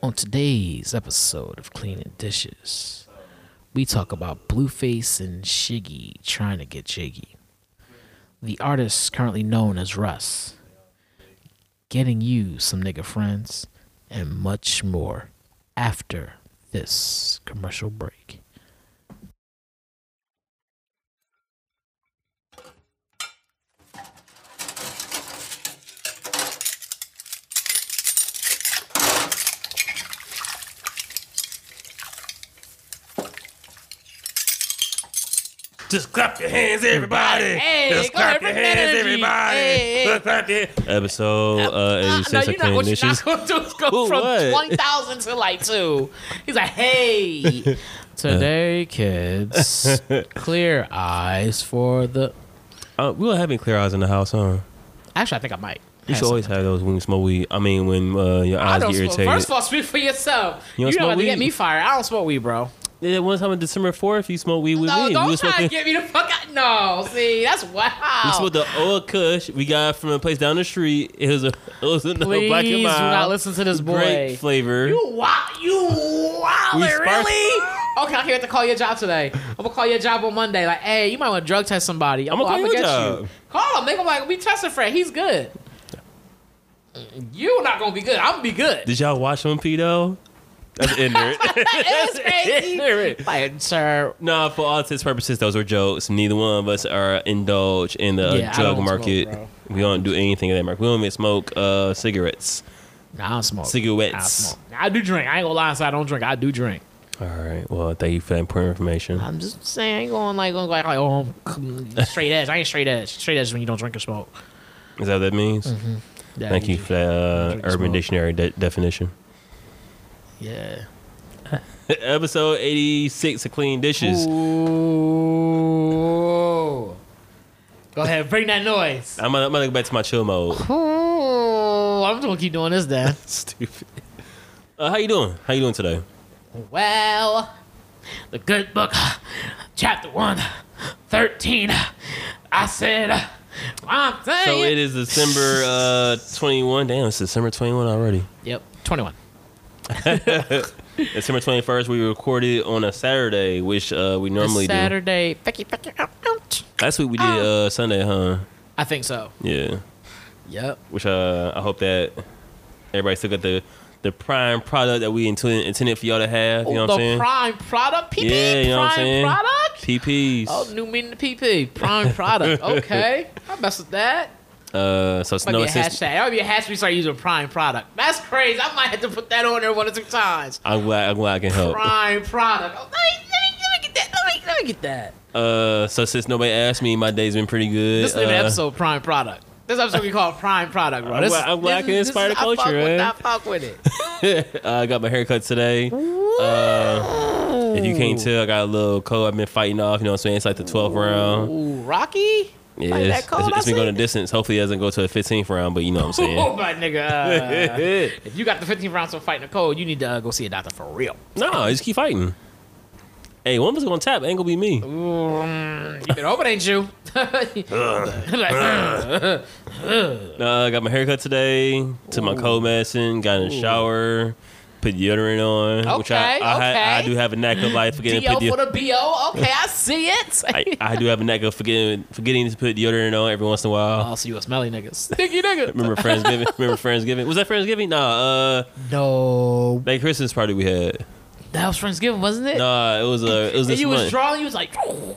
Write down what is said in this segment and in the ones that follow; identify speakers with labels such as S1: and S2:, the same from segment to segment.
S1: On today's episode of Cleaning Dishes, we talk about Blueface and Shiggy trying to get jiggy. The artist currently known as Russ, getting you some nigga friends, and much more after this commercial break.
S2: Just clap your hands, everybody.
S1: Hey,
S2: Just
S1: go
S2: clap your
S1: every
S2: hands,
S1: energy.
S2: everybody.
S1: Hey, hey.
S2: Just clap your Episode uh,
S1: Uh,
S2: 86
S1: no,
S2: of
S1: you know
S2: Clean
S1: what you're
S2: Dishes.
S1: not gonna do is go
S2: Who,
S1: from
S2: what?
S1: twenty thousand to like two. He's like, hey, today, kids, clear eyes for the.
S2: Uh, we were having clear eyes in the house, huh?
S1: Actually, I think I might.
S2: You should always have those when you smoke weed. I mean, when uh, your
S1: I
S2: eyes
S1: don't
S2: get
S1: smoke.
S2: irritated.
S1: First of all, speak for yourself.
S2: You
S1: You
S2: don't
S1: don't
S2: smoke
S1: have to get
S2: weed?
S1: me fired. I don't smoke weed, bro.
S2: yeah, one time on December 4th, you smoked weed with
S1: No,
S2: me. we
S1: don't
S2: was
S1: try to
S2: smoking,
S1: get me the fuck out. No, see, that's
S2: we
S1: wow.
S2: smoked the old Kush we got from a place down the street. It was a, it was a
S1: Please
S2: black
S1: do
S2: and mild.
S1: not listen to this boy.
S2: Great flavor.
S1: You wow, you wow,
S2: We spark-
S1: really? Okay, I'm here to call your job today. I'm gonna call your job on Monday. Like, hey, you might want to drug test somebody. I'm,
S2: I'ma
S1: gonna,
S2: call
S1: I'm
S2: your
S1: gonna get
S2: job.
S1: you. Call him. They gonna like, we tested Fred. He's good. You're not gonna be good. I'm gonna be good.
S2: Did y'all watch P though? That's ignorant.
S1: It was crazy.
S2: ignorant.
S1: Like, sir,
S2: Nah, for all intents and purposes, those were jokes. Neither one of us are indulged in the
S1: Yeah, I
S2: drug
S1: don't
S2: market.
S1: smoke,
S2: we don't do anything in that market. We don't even smoke uh, cigarettes.
S1: nah, I don't smoke.
S2: Cigarettes.
S1: I, don't smoke. I do drink. I ain't gonna lie, so I don't drink. I do drink.
S2: All right. Well, thank you for that important information.
S1: I'm just saying, I ain't going like, going like, like oh, I'm straight edge. I ain't straight edge. Straight edge is when you don't drink or smoke.
S2: Is that what that means?
S1: Yeah,
S2: Thank you for that uh,
S1: Mm-hmm. Drink,
S2: Urban
S1: smoke.
S2: Dictionary de- definition.
S1: Yeah.
S2: Episode 86 of Clean Dishes.
S1: Ooh. Go ahead, bring that noise.
S2: I'm gonna, I'm gonna go back to my chill mode.
S1: Ooh, I'm just gonna keep doing this then.
S2: Stupid. Uh, how you doing? How you doing today?
S1: Well, the good book, chapter 1, 13. I said, I'm saying.
S2: So it is December uh, 21. Damn, it's December 21 already.
S1: Yep, 21.
S2: December 21st, we recorded on a Saturday, which uh, we normally do.
S1: Saturday. Oh. Picky, picky, out, out.
S2: Last week we did uh, Sunday, huh?
S1: I think so.
S2: Yeah.
S1: Yep.
S2: Which uh, I hope that everybody still got the the prime product that we intended, intended for y'all to have. You know what
S1: Oh, the
S2: I'm saying?
S1: prime product, PP,
S2: yeah, you know what I'm
S1: prime
S2: saying?
S1: product.
S2: PPs.
S1: Oh, new meaning to PP, prime product. Okay, I mess with that.
S2: Uh, so it's
S1: Might
S2: no
S1: be a
S2: assist-
S1: hashtag. That might be a hashtag. We start using prime product. That's crazy. I might have to put that on there one or two times.
S2: I'm glad, I'm glad I can help.
S1: Prime product. Oh, let, me, let, me, let me get that. Let me, let me get that.
S2: Uh, so since nobody asked me, my day's been pretty good.
S1: Let's leave
S2: uh,
S1: an episode prime product. This episode we call it prime product, bro.
S2: I'm
S1: This,
S2: glad- I'm glad I
S1: this
S2: can
S1: is-
S2: inspire
S1: this
S2: the
S1: is- I fuck
S2: culture,
S1: with-
S2: man.
S1: I fuck with it.
S2: I got my haircut today. Uh, if you can't tell, I got a little cold. I've been fighting off. You know what I'm saying? It's like the 12th round.
S1: Ooh, Rocky.
S2: Yeah,
S1: Like
S2: it's,
S1: that cold
S2: it's- it's been
S1: outside?
S2: going a distance. Hopefully, it doesn't go to a 15th round, but you know what I'm saying.
S1: Oh my nigga. Uh,
S2: Yeah.
S1: if you got the 15 rounds of fighting a cold, you need to uh, go see a doctor for real.
S2: no, just keep fighting. Hey, one of us gonna tap. Ain't gonna be me.
S1: Mm, you better hope it ain't you. Like,
S2: Uh, I got my haircut today. Took my cold medicine. Got in the shower. Put deodorant on, which I
S1: Okay,
S2: I, ha- I
S1: okay.
S2: do have a knack of like forgetting to
S1: DO
S2: put
S1: for
S2: deodorant.
S1: the BO. Okay, I see it.
S2: I, I do have a knack of forgetting forgetting to put deodorant on every once in a while.
S1: Oh, so you a smelly nigga. Stinky nigga.
S2: Remember Friendsgiving? Remember Friendsgiving? Was that Friendsgiving? Nah, uh,
S1: No.
S2: that Christmas party we had.
S1: That was Friendsgiving, wasn't it?
S2: Nah, it was uh, it was
S1: and
S2: this
S1: you
S2: month.
S1: was drawing, you was like,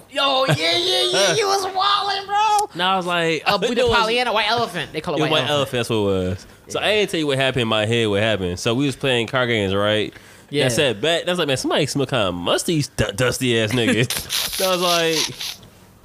S1: yo, yeah, yeah, yeah, you was wildin', bro.
S2: Nah, I was like,
S1: Uh, we
S2: it
S1: the
S2: was-
S1: Pollyanna, white elephant. They call it
S2: It
S1: white,
S2: was white
S1: elephant.
S2: elephant. That's what it was. So I didn't tell you what happened in my head. What happened? So we was playing car games, right? Yeah.
S1: Yeah.
S2: I said back. I was like, man, somebody smell kind of musty, du- dusty ass nigga. so I was like,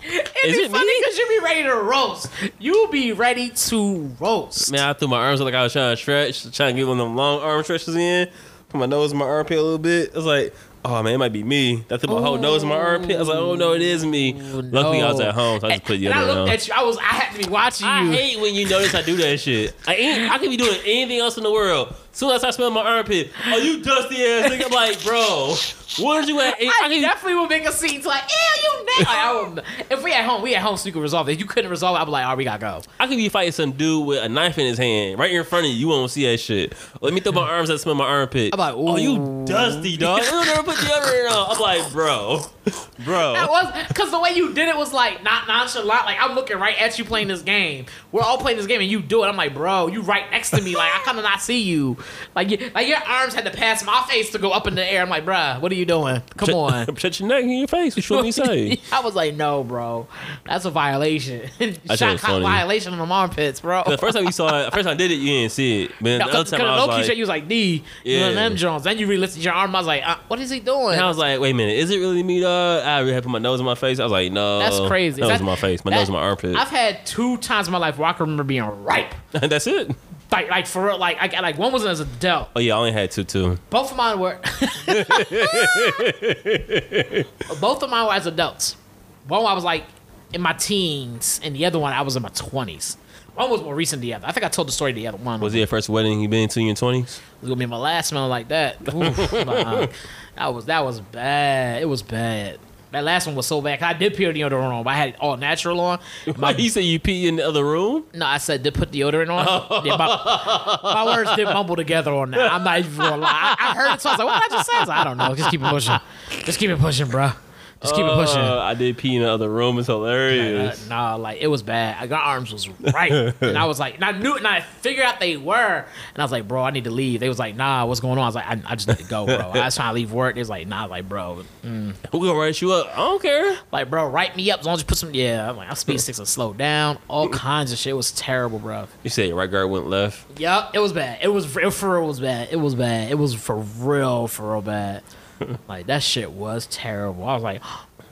S1: It'd
S2: Is
S1: be
S2: it
S1: funny
S2: me?
S1: because you be ready to roast. You be ready to roast.
S2: man, I threw my arms up like I was trying to stretch, trying to get one of them long arm stretches in. Put my nose in my armpit a little bit. I was like, oh man, it might be me. I threw my whole nose in my armpit. I was like, oh no, it is me. Luckily, I was
S1: no.
S2: at home, so I just put the
S1: and I
S2: other
S1: looked
S2: on.
S1: at you. I was. I had to be watching
S2: I
S1: you.
S2: hate when you notice I do that shit. I ain't, I could be doing anything else in the world. Soon as I smell my armpit, oh you dusty ass nigga, I'm like, bro, Where'd you at?
S1: I,
S2: I can-
S1: definitely would make a scene to like, ew, you nigga. Like, I would- if we at home, we at home, so you could resolve it. If you couldn't resolve it, I'd be like, all right, we gotta go.
S2: I could be fighting some dude with a knife in his hand right in front of you. You won't see that shit. Let me throw my arms and smell my armpit.
S1: I'm like,
S2: oh, you
S1: ooh.
S2: dusty dog. You never put deodorant on. I'm like, bro,
S1: That
S2: bro.
S1: was because the way you did it was like not nonchalant. Like I'm looking right at you playing this game. We're all playing this game, and you do it. I'm like, bro, you right next to me. Like I kind of not see you. Like you, like your arms had to pass my face to go up in the air. I'm like, bruh, what are you doing? Come on.
S2: Shut your neck in your face. What you want me to say?
S1: I was like, no, bro, that's a violation.
S2: it's
S1: Shot clock
S2: funny.
S1: violation on them armpits, bro.
S2: The first time you saw it, the first time I did it, you didn't see it. But the other
S1: Because
S2: time I was
S1: Loki
S2: like,
S1: said you was like D, you
S2: Yeah.
S1: know them Jones. Then you re-listed your arm. I was like, uh, what is he doing?
S2: And I was like, wait a minute, is it really me, dog? I really had to put my nose in my face. I was like, no.
S1: That's crazy.
S2: Nose
S1: That-
S2: in my face. My
S1: that-
S2: nose in my armpit.
S1: I've had two times in my life where I can remember being ripe.
S2: That's it.
S1: Like, like for real, like I got like one was as an adult.
S2: Oh, yeah, I only had two, too.
S1: Both of mine were both of mine were as adults. One I was like in my teens, and the other one I was in my twenties. One was more recent than the other. I think I told the story of the other one.
S2: Was it your first wedding you been to in your 20s?
S1: It was gonna be my last smell like that. Oof, uh-uh. that was that was bad. It was bad. That last one was so bad. 'cause I did put deodorant on. But I had it all natural on. My-
S2: Like, you said you pee in the other room?
S1: no, I said did put deodorant on. Yeah, my, my words did mumble together on that. I'm not even gonna lie. I, I heard it, so I was like, "What did I just say?" I was like, "I don't know. Just keep it pushing. Just keep it pushing, bro. Just keep it pushing."
S2: Uh, I did pee in the other room. It's
S1: Uh,
S2: hilarious.
S1: nah, like it was bad. Like, my arms was right, and I was like, and I knew, it, and I figured out they were, and I was like, bro, I need to leave. They was like, nah, what's going on? I was like, I, I just need to go, bro. I was trying to leave work. They was like, nah, like bro,
S2: we going to write you up. I don't care.
S1: like bro, write me up as long as you put some. Yeah, I'm like, I'm speed six and slow down. All kinds of shit It was terrible, bro.
S2: You said your right guard went left.
S1: Yep, it was bad. It was it for real was bad. It was bad. It was for real, for real bad. like that shit was terrible. I was like,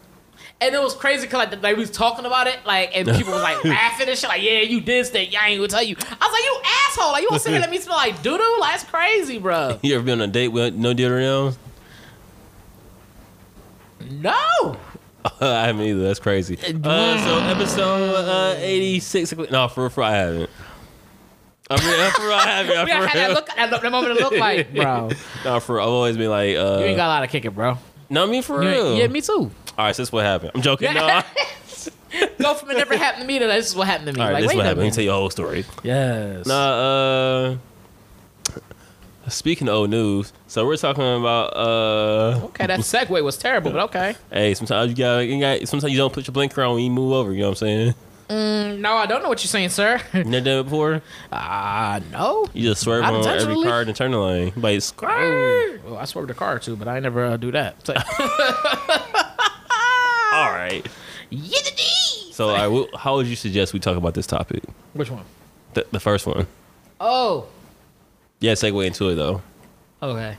S1: and it was crazy because like, like we was talking about it, like and people was like laughing and shit. Like, yeah, you did that. Yeah, I ain't gonna tell you. I was like, you asshole. Like you want to sit here and let me smell like doo doo? Like that's crazy, bro.
S2: You ever been on a date with no deodorant
S1: No.
S2: on? I haven't either. That's crazy. Uh, so episode uh, 86. No, for, for I haven't. I mean, for real, I haven't. I
S1: We gotta
S2: for
S1: have that
S2: real.
S1: look, that, look, that moment to look like, bro.
S2: No, for I've always been like, uh,
S1: You ain't got a lot of kicking, bro.
S2: no, I mean for
S1: You ain't-
S2: real.
S1: yeah, me too.
S2: All right, so this is what happened. I'm joking. No, all right,
S1: Go from it never happened to me to this is what happened to me. like,
S2: this is
S1: wait
S2: what
S1: a
S2: happened. Let me
S1: minute.
S2: tell you the whole story.
S1: Yes.
S2: Nah, uh, speaking of old news, so we're talking about, uh,
S1: Okay, that segue was terrible, but okay.
S2: hey, sometimes you gotta, you got sometimes you don't put your blinker on when you move over. You know what I'm saying?
S1: No, I don't know what you're saying, sir.
S2: You never done it before. Uh,
S1: Ah, no.
S2: You just swerve
S1: Not
S2: on every
S1: intentionally.
S2: car in the turn lane. Like,
S1: Oh, well, I swerved a car too, but I never uh, do that. It's like,
S2: all right.
S1: Yiddity!
S2: So, all right, wh- how would you suggest we talk about this topic?
S1: Which one?
S2: The, the first one.
S1: Oh,
S2: Yeah, segue into it though.
S1: okay.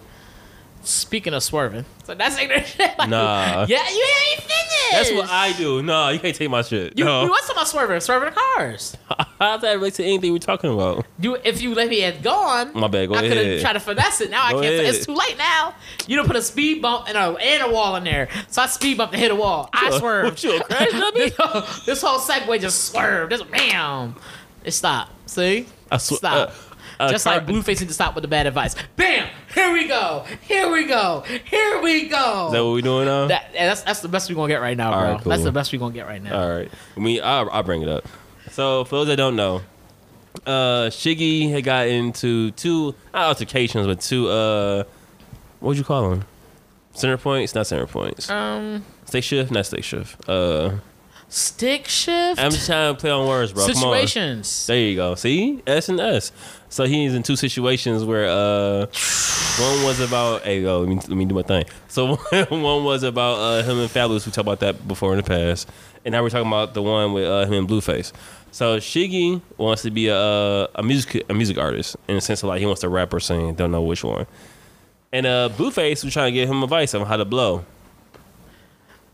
S1: Speaking of swerving, so that's ignorant shit. Like,
S2: Nah.
S1: Yeah, you ain't finished.
S2: That's what I do. No, you can't take my shit.
S1: You,
S2: no.
S1: you was talking about swerving, swerving the cars.
S2: How's that relate to anything we're talking about?
S1: You, if you let me have gone,
S2: My bad. Go
S1: I could
S2: ahead.
S1: have tried to finesse it. Now
S2: Go
S1: I can't.
S2: ahead.
S1: It's too late now. You don't put a speed bump and a and a wall in there, so I speed bumped and hit a wall. I swerved.
S2: What you a crash dummy?
S1: this, whole, this whole segue just swerved. Just bam. It stopped. See?
S2: I sw-
S1: Stop.
S2: uh, uh,
S1: just
S2: car-
S1: like Blueface need to stop with the bad advice. Bam! Here we go. Here we go. Here we go.
S2: Is that what we're doing now?
S1: That- yeah, that's that's the best we're gonna get right now,
S2: All
S1: bro.
S2: right, cool.
S1: That's the best we're gonna get right now.
S2: All right. I mean, I'll, I'll bring it up. So, for those that don't know, uh, Shiggy had got into two not altercations, but two, uh, what would you call them? Center points? Not center points.
S1: Um,
S2: Stick shift? Not stick shift. Uh,
S1: stick shift
S2: I'm just trying to play on words, bro. Come on.
S1: situations.
S2: There you go. See? S and S. So he's in two situations where uh one was about hey yo, let me, let me do my thing. So one was about uh him and Fabulous, we talked about that before in the past. And now we're talking about the one with uh, him and Blueface. So Shiggy wants to be a uh, a music a music artist in the sense of like he wants to rap or sing, don't know which one. And uh Blueface was trying to give him advice on how to blow.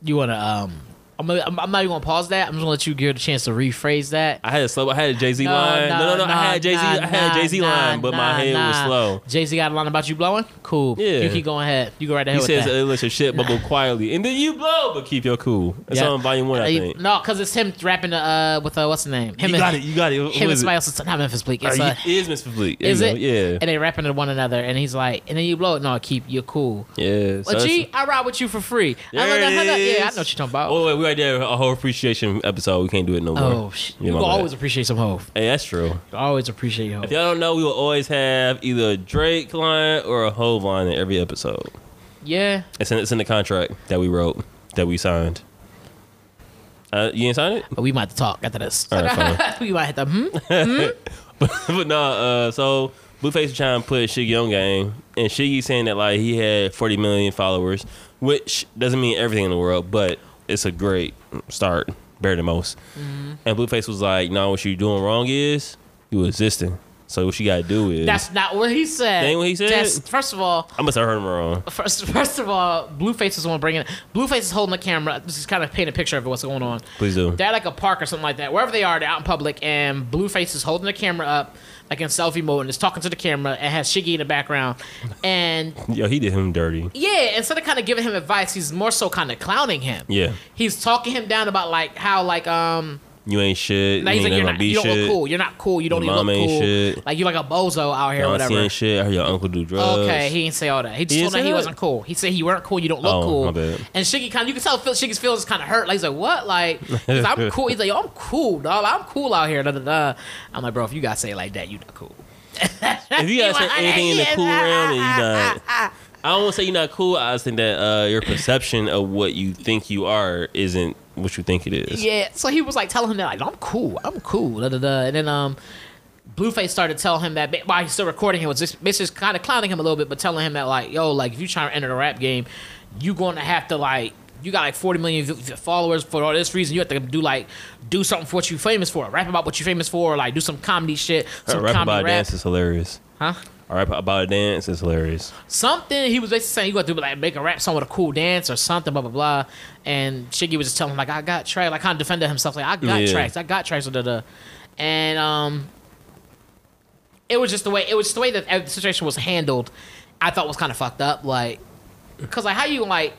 S1: You wanna um I'm, gonna, I'm, I'm not even gonna pause that. I'm just gonna let you give it a chance to rephrase that.
S2: I had a slow. I had a Jay Z line. No, no, no. I had Jay Z. I had a Jay Z line, but my head was slow.
S1: Jay Z got a line about you blowing. Cool.
S2: Yeah.
S1: You keep going ahead. You go right
S2: He
S1: ahead with
S2: says,
S1: that.
S2: uh, "Let your shit bubble quietly, and then you blow, but keep your cool." It's
S1: Yeah.
S2: on volume one, I
S1: Uh,
S2: think.
S1: No, because it's him rapping uh, with uh, what's the name? Him
S2: you
S1: and,
S2: got it. You got it. Who
S1: Him and
S2: is it?
S1: somebody else. Not Memphis Bleak.
S2: Uh,
S1: It's, uh,
S2: he is Miss Fleet.
S1: is it?
S2: Yeah.
S1: And they rapping to one another, and he's like, and then you blow it. No, keep you cool.
S2: Yeah. so
S1: But
S2: that's-
S1: G, I ride with you for free. I
S2: There
S1: love that-
S2: it
S1: I love- Yeah, I
S2: is.
S1: know what you're talking about.
S2: Oh wait, we already did a whole appreciation episode. We can't do it no more.
S1: Oh, sh-
S2: You
S1: you
S2: know
S1: will
S2: that.
S1: always appreciate some hove.
S2: Hey, that's true.
S1: You Always appreciate your
S2: If
S1: hove.
S2: y'all don't know, we will always have either a Drake line or a Hove line in every episode.
S1: Yeah,
S2: It's in, it's in the contract that we wrote, that we signed. Uh, you didn't sign it?
S1: but Oh, we might have to talk after this.
S2: All right,
S1: we might have to. Hmm?
S2: but no, uh, so Blueface is trying to put Shiggy on game, and Shiggy saying that like he had 40 million followers, which doesn't mean everything in the world, but it's a great start, better than most.
S1: Mm-hmm.
S2: And Blueface was like, "No, what you doing wrong is you existing. So what you gotta do is
S1: That's not what he said.
S2: That ain't what he said?
S1: That's- first of all,
S2: I must have heard him wrong.
S1: first first of all, Blueface is the one bringing. Blueface is holding the camera. This is kind of painting a picture of what's going on.
S2: Please do.
S1: They're at, like a park or something like that. Wherever they are, they're out in public, and Blueface is holding the camera up, like in selfie mode, and is talking to the camera, and has Shiggy in the background, and
S2: Yo, he did him dirty.
S1: Yeah, instead of kind of giving him advice, he's more so kind of clowning him.
S2: Yeah.
S1: He's talking him down about like how like um
S2: You ain't shit.
S1: now he's
S2: you
S1: like
S2: ain't
S1: you're
S2: gonna
S1: not,
S2: be
S1: you don't
S2: shit.
S1: look cool. You're not cool. You don't
S2: Your
S1: even
S2: mom
S1: look
S2: ain't
S1: cool.
S2: shit.
S1: Like you're like a bozo out here
S2: Your
S1: or
S2: auntie
S1: whatever.
S2: ain't shit. I heard your uncle do drugs.
S1: Okay, he didn't say all that. He just
S2: He
S1: told
S2: didn't
S1: him
S2: say
S1: he
S2: that?
S1: wasn't cool. He said you weren't cool. You don't look
S2: Oh,
S1: cool.
S2: my bad.
S1: And Shiggy kind of you can tell Phil, Shiggy's feelings kind of hurt. Like he's like what? Like 'cause I'm cool. He's like yo, I'm cool, dog. I'm cool out here. Da, da, da. I'm like bro, if you gotta say it like that, you not cool.
S2: if you gotta
S1: He
S2: say
S1: was like,
S2: anything in the
S1: "Yeah,
S2: cool
S1: ah,
S2: realm, then you
S1: ah,
S2: not. I don't want to say you're not cool. I just think that uh, your perception of what you think you are isn't what you think it is.
S1: Yeah, so he was like telling him that like I'm cool, I'm cool, da da da. And then um, Blueface started telling him that ba- while he's still recording him was just basically just kind of clowning him a little bit, but telling him that like yo, like if you trying to enter the rap game, you going to have to like you got like 40 million v- v- followers for all this reason. You have to do like do something for what you famous for, rap about what you famous for, or, like do some comedy shit,
S2: Our
S1: some
S2: rap
S1: comedy
S2: about a
S1: rap,
S2: dance is hilarious.
S1: huh?
S2: Our rap about a dance is hilarious.
S1: something. He was basically saying you got to do like make a rap song with a cool dance or something, blah blah blah. And Shiggy was just telling him like I got tracks, like kind of defended himself like I got
S2: Yeah.
S1: tracks, I got tracks, da da. da. And um, it was just the way it was just the way that uh, the situation was handled. I thought was kind of fucked up, like because like how you like.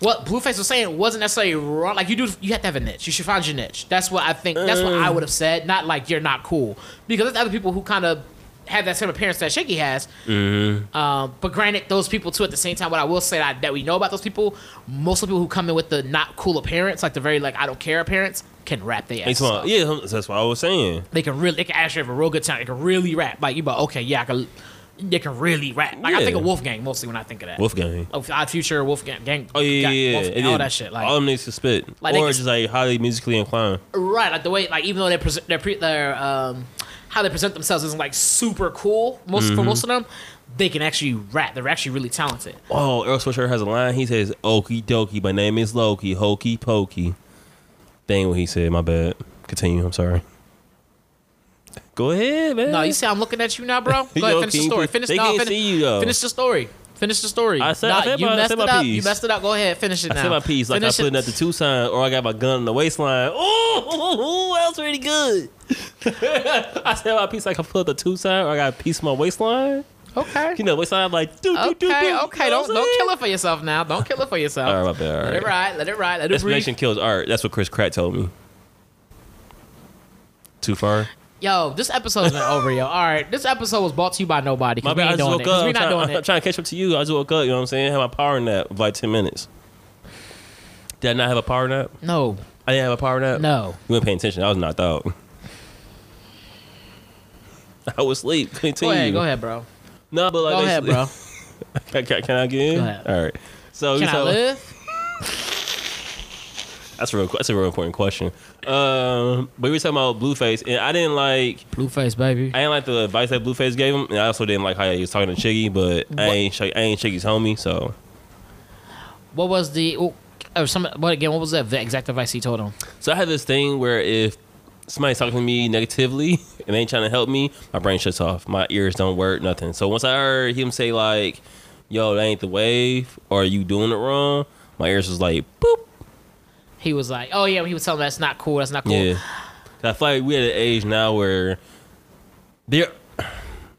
S1: What Blueface was saying wasn't necessarily wrong. Like you do, you have to have a niche. You should find your niche. That's what I think. That's what I would have said. Not like you're not cool, because there's other people who kind of have that same appearance that Shaky has. Um, but granted, those people too. At the same time, what I will say that, that we know about those people, most of the people who come in with the not cool appearance, like the very like I don't care appearance, can rap their ass.
S2: It's my-
S1: off.
S2: yeah, hum- that's what I was saying.
S1: They can really, they can actually have a real good time. They can really rap. Like you, but okay, yeah, I can. They can really rap. Like I
S2: Yeah.
S1: think of Wolfgang mostly when I think of that.
S2: Wolfgang.
S1: Oh, Odd Future, Wolfgang, Gang,
S2: Oh yeah,
S1: Gang-
S2: yeah, yeah.
S1: Wolfgang,
S2: And
S1: all
S2: then
S1: that shit. Like
S2: all them niggas can spit,
S1: Like, they
S2: or
S1: can-
S2: just like highly musically inclined.
S1: Right, like the way, like even though they present their pre, their um, how they present themselves isn't like super cool. Most
S2: Mm-hmm.
S1: for most of them, they can actually rap. They're actually really talented.
S2: Oh, Earl Sweatshirt has a line. He says, "Okie dokie, my name is Loki, hokey pokey." That ain't what he said. My bad. Continue. I'm sorry. Go ahead, man.
S1: No, you see, I'm looking at you now, bro. Go ahead,
S2: Yo,
S1: finish the
S2: can you
S1: story.
S2: please-
S1: Finish.
S2: they
S1: no,
S2: can't
S1: finish,
S2: see you, though.
S1: Finish the story. Finish the story.
S2: I said- I
S1: Nah,
S2: said
S1: you
S2: my- I
S1: messed
S2: said
S1: it
S2: my
S1: up. You
S2: piece.
S1: messed it up. Go ahead, finish it
S2: I
S1: now.
S2: said my piece like
S1: Finish
S2: I
S1: it.
S2: put it at the two sign, or I got my gun in the waistline. Oh, that was really good. I said my piece like I put up the two sign, or I got a piece of my waistline.
S1: Okay.
S2: You know, waistline I'm like do do do do.
S1: Okay, okay. Don't don't kill it for yourself now. Don't kill it for yourself.
S2: All right, my bad. All
S1: Let
S2: right.
S1: it ride. Let it ride. Let it breathe.
S2: Explanation kills art. That's what Chris Pratt told me. Too far.
S1: Yo, this episode's been over, yo. All right, this episode was brought to you by nobody. 'cause
S2: My
S1: we
S2: bad. I
S1: ain't
S2: just
S1: doing
S2: woke
S1: it. 'cause
S2: up.
S1: We
S2: I'm
S1: not
S2: trying,
S1: doing
S2: I'm
S1: it.
S2: trying to catch up to you. I just woke up. You know what I'm saying? Had my power nap of like ten minutes. Did I not have a power nap?
S1: No,
S2: I didn't have a power nap.
S1: no.
S2: You weren't paying attention. I was knocked out. I was asleep. Continue.
S1: Go ahead, go ahead, bro.
S2: No, but like,
S1: Go ahead,
S2: basically-
S1: bro.
S2: Can, can, can I get in?
S1: Go ahead.
S2: All right. So
S1: Can
S2: you
S1: I
S2: tell-
S1: live?
S2: that's a real, that's a real important question. Um, but we were talking about Blueface, and I didn't like
S1: Blueface, baby.
S2: I didn't like the advice that Blueface gave him, and I also didn't like how he was talking to Chiggy. But I ain't Chi- I ain't Chiggy's homie, so
S1: What was the? Oh, oh, some. What again? What was that exact advice he told him?
S2: so I have this thing where if somebody's talking to me negatively and they ain't trying to help me, my brain shuts off, my ears don't work, nothing. So once I heard him say like, "Yo, that ain't the wave," or "You doing it wrong," my ears was like, "Boop."
S1: He was like, "Oh yeah," he was telling me that's not cool. That's not cool.
S2: Yeah. I feel like we're at an age now where there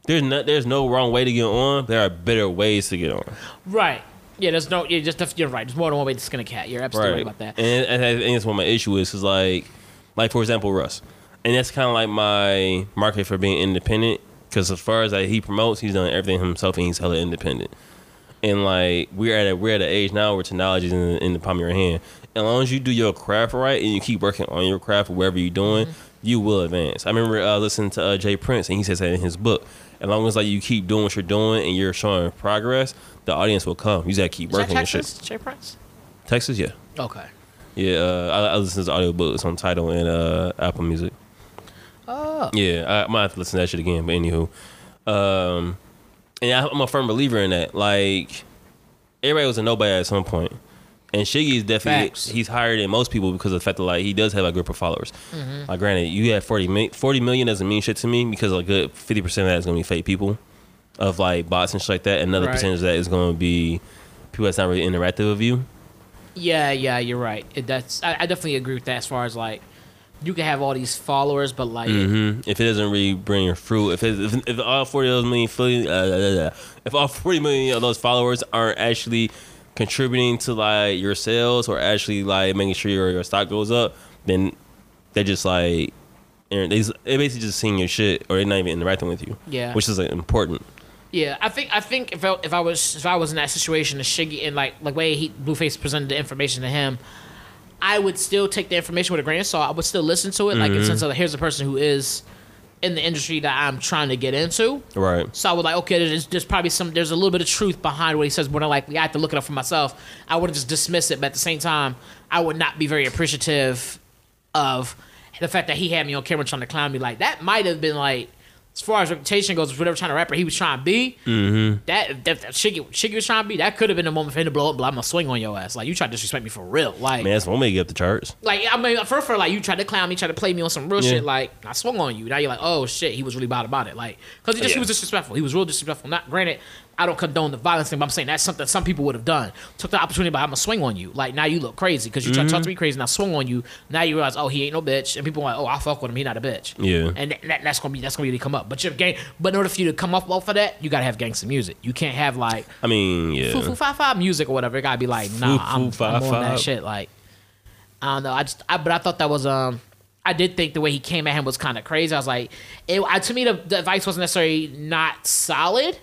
S2: there's not there's no wrong way to get on. There are better ways to get on.
S1: Right. Yeah. There's no. Yeah. Just you're right. There's more than one way to skin a cat. You're absolutely right, about that.
S2: And, and, I think that's what my issue is. Cause like, like for example, Russ, and that's kind of like my market for being independent. Cause as far as like he promotes, he's done everything himself, and he's hella independent. And like we're at a we're at an age now where technology is in, the- in the palm of your hand. As long as you do your craft right and you keep working on your craft, whatever you're doing,
S1: Mm-hmm.
S2: you will advance. I remember uh, listening to uh, Jay Prince, and he says that in his book. As long as like you keep doing what you're doing and you're showing progress, the audience will come. You just gotta keep
S1: Is that
S2: working and shit.
S1: Texas? Jay Prince.
S2: Texas, yeah.
S1: Okay.
S2: Yeah, uh, I, I listen to his audiobooks on Title and uh, Apple Music.
S1: Oh.
S2: Yeah, I might have to listen to that shit again, but anywho. Um, and I, I'm a firm believer in that. Like, everybody was a nobody at some point. And Shiggy is definitely,
S1: Facts.
S2: he's higher than most people because of the fact that, like, he does have a group of followers.
S1: Mm-hmm.
S2: Like, granted, you have 40, mi- 40 million doesn't mean shit to me because a good 50% of that is going to be fake people of, like, bots and shit like that. Another
S1: Right.
S2: percentage of that is going to be people that's not really interactive with you.
S1: Yeah. Yeah. You're right. It, that's. I, I definitely agree with that. As far as like, you can have all these followers, but like,
S2: hmm If it doesn't really bring your fruit, if it, if, if all forty of those million, fully- uh, uh, uh, if all forty million of those followers aren't actually contributing to like your sales or actually like making sure your, your stock goes up, then they're just like they're, they just- they basically just seeing your shit or they're not even interacting with you.
S1: Yeah.
S2: which is like, important.
S1: Yeah, I think I think if I, if I was if I was in that situation, and Shiggy and like like way he Blueface presented the information to him, I would still take the information with a grain of salt. I would still listen to it, like in sense of here's a person who is in the industry that I'm trying to get into.
S2: Right.
S1: So I was like, okay, there's, there's probably some, there's a little bit of truth behind what he says. When I like, I have to look it up for myself. I would have just dismissed it, but at the same time, I would not be very appreciative of the fact that he had me on camera trying to clown me like that. Might have been like, as far as reputation goes, whatever kind of rapper he was trying to be, that that, that Shiggy, Shiggy was trying to be, that could have been a moment for him to blow up. But I'm gonna swing on your ass. Like you try to disrespect me for real. Like,
S2: Man, that's one way to get up the charts.
S1: like I mean, for for like you tried to clown me, tried to play me on some real
S2: Yeah.
S1: shit. Like I swung on you. Now you're like, oh shit, he was really bad about it. Like because he just he
S2: Yeah.
S1: was disrespectful. He was real disrespectful. Not granted, I don't condone the violence thing, but I'm saying that's something some people would have done. Took the opportunity, but I'm gonna swing on you. Like now you look crazy because you tried
S2: Mm-hmm.
S1: to talk to me crazy. and I swung on you. Now you realize, oh he ain't no bitch, and people are like, oh I fuck with him, he not a bitch.
S2: Yeah.
S1: and that, that- that's gonna be that's gonna be to come up. But your gang, but in order for you to come up well for that, you gotta have gangster music. You can't have like
S2: I mean, yeah.
S1: foo foo five five music or whatever. It gotta be like, nah, I'm,
S2: foo,
S1: I'm
S2: fi,
S1: on that
S2: fi.
S1: shit. Like, I don't know. I just, I, but I thought that was um, I did think the way he came at him was kind of crazy. I was like, it I, to me the, the advice wasn't necessarily not solid,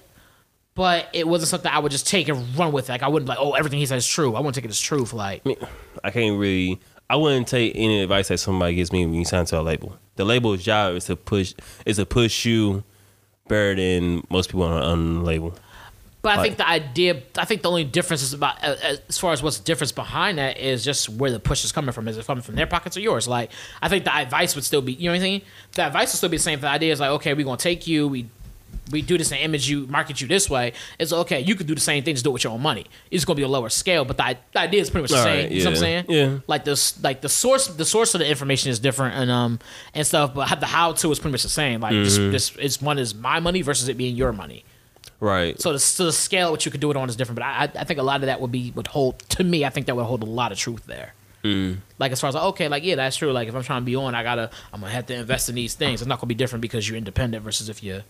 S1: but it wasn't something I would just take and run with. Like I wouldn't be like, oh, everything he says is true. I wouldn't take it as truth. Like,
S2: I can't really. I wouldn't take any advice that somebody gives me when you sign to a label. The label's job is to push is to push you better than most people on, on the label.
S1: but I think the idea, I think the only difference is about uh, as far as what's the difference behind that is just where the push is coming from. Is it coming from their pockets or yours? Like, I think the advice would still be, you know what I mean? The advice would still be the same. The idea is like, okay, we're gonna take you, we we do this and image you, market you this way, it's okay. You could do the same thing, just do it with your own money. It's gonna be a lower scale, but the, the idea is pretty much the
S2: All
S1: same.
S2: right,
S1: You know what I'm
S2: yeah,
S1: saying?
S2: yeah.
S1: Like this, like the source, the source of the information is different and um and stuff, but how- the how to is pretty much the same. Like
S2: Mm-hmm.
S1: this, this, it's one is my money versus it being your money.
S2: Right.
S1: So the, so the scale what you could do it on is different. But I, I- I think a lot of that would be would hold to me. I think that would hold a lot of truth there. Like as far as like, okay, like yeah, that's true. Like if I'm trying to be on, I gotta I'm gonna have to invest in these things. It's not gonna be different because you're independent versus if you're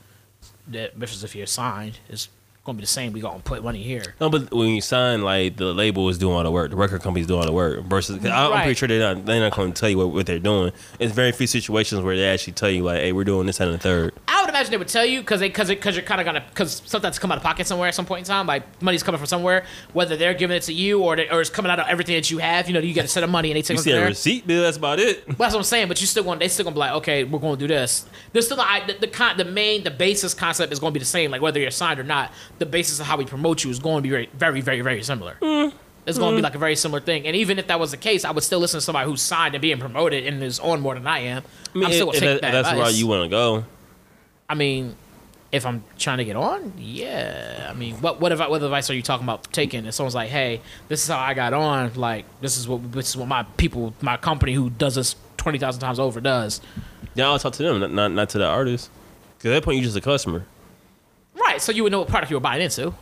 S1: that versus if you're signed. It's gonna be the same. We gonna put money here.
S2: No, but when you sign, like the label is doing all the work, the record company's doing all the work. Versus, 'cause I- I'm
S1: Right.
S2: pretty sure they're not they're not going to tell you what, what they're doing. It's very few situations where they actually tell you like, "Hey, we're doing this that, and the third.
S1: I would imagine they would tell you because they because because you're kind of gonna because sometimes it come out of pocket somewhere at some point in time. Like money's coming from somewhere, whether they're giving it to you or they, or it's coming out of everything that you have. You know, you get a set of money and they take
S2: You
S1: it
S2: see
S1: from
S2: a
S1: there.
S2: receipt bill? That's about it.
S1: Well, that's what I'm saying. But you still going, to they still going to be like, okay, we're going to do this. There's still the, the the con, the main, the basis concept is going to be the same. Like whether you're signed or not, the basis of how we promote you is going to be very, very, very, very similar.
S2: Mm.
S1: It's going to be like a very similar thing. And even if that was the case, I would still listen to somebody who's signed and being promoted and is on more than I am. I
S2: I mean,
S1: am still going
S2: if-
S1: to
S2: if
S1: take
S2: that-
S1: that.
S2: if that's where
S1: advice.
S2: you want to go.
S1: I mean, if I'm trying to get on, yeah. I mean, what what, advi- what advice are you talking about taking? If someone's like, hey, this is how I got on. Like this is what this is what my people, my company who does this twenty thousand times over does.
S2: Then I'll talk to them, not not, not to the artist. Because at that point, you're just a customer.
S1: Right, so you would know what product you were buying into.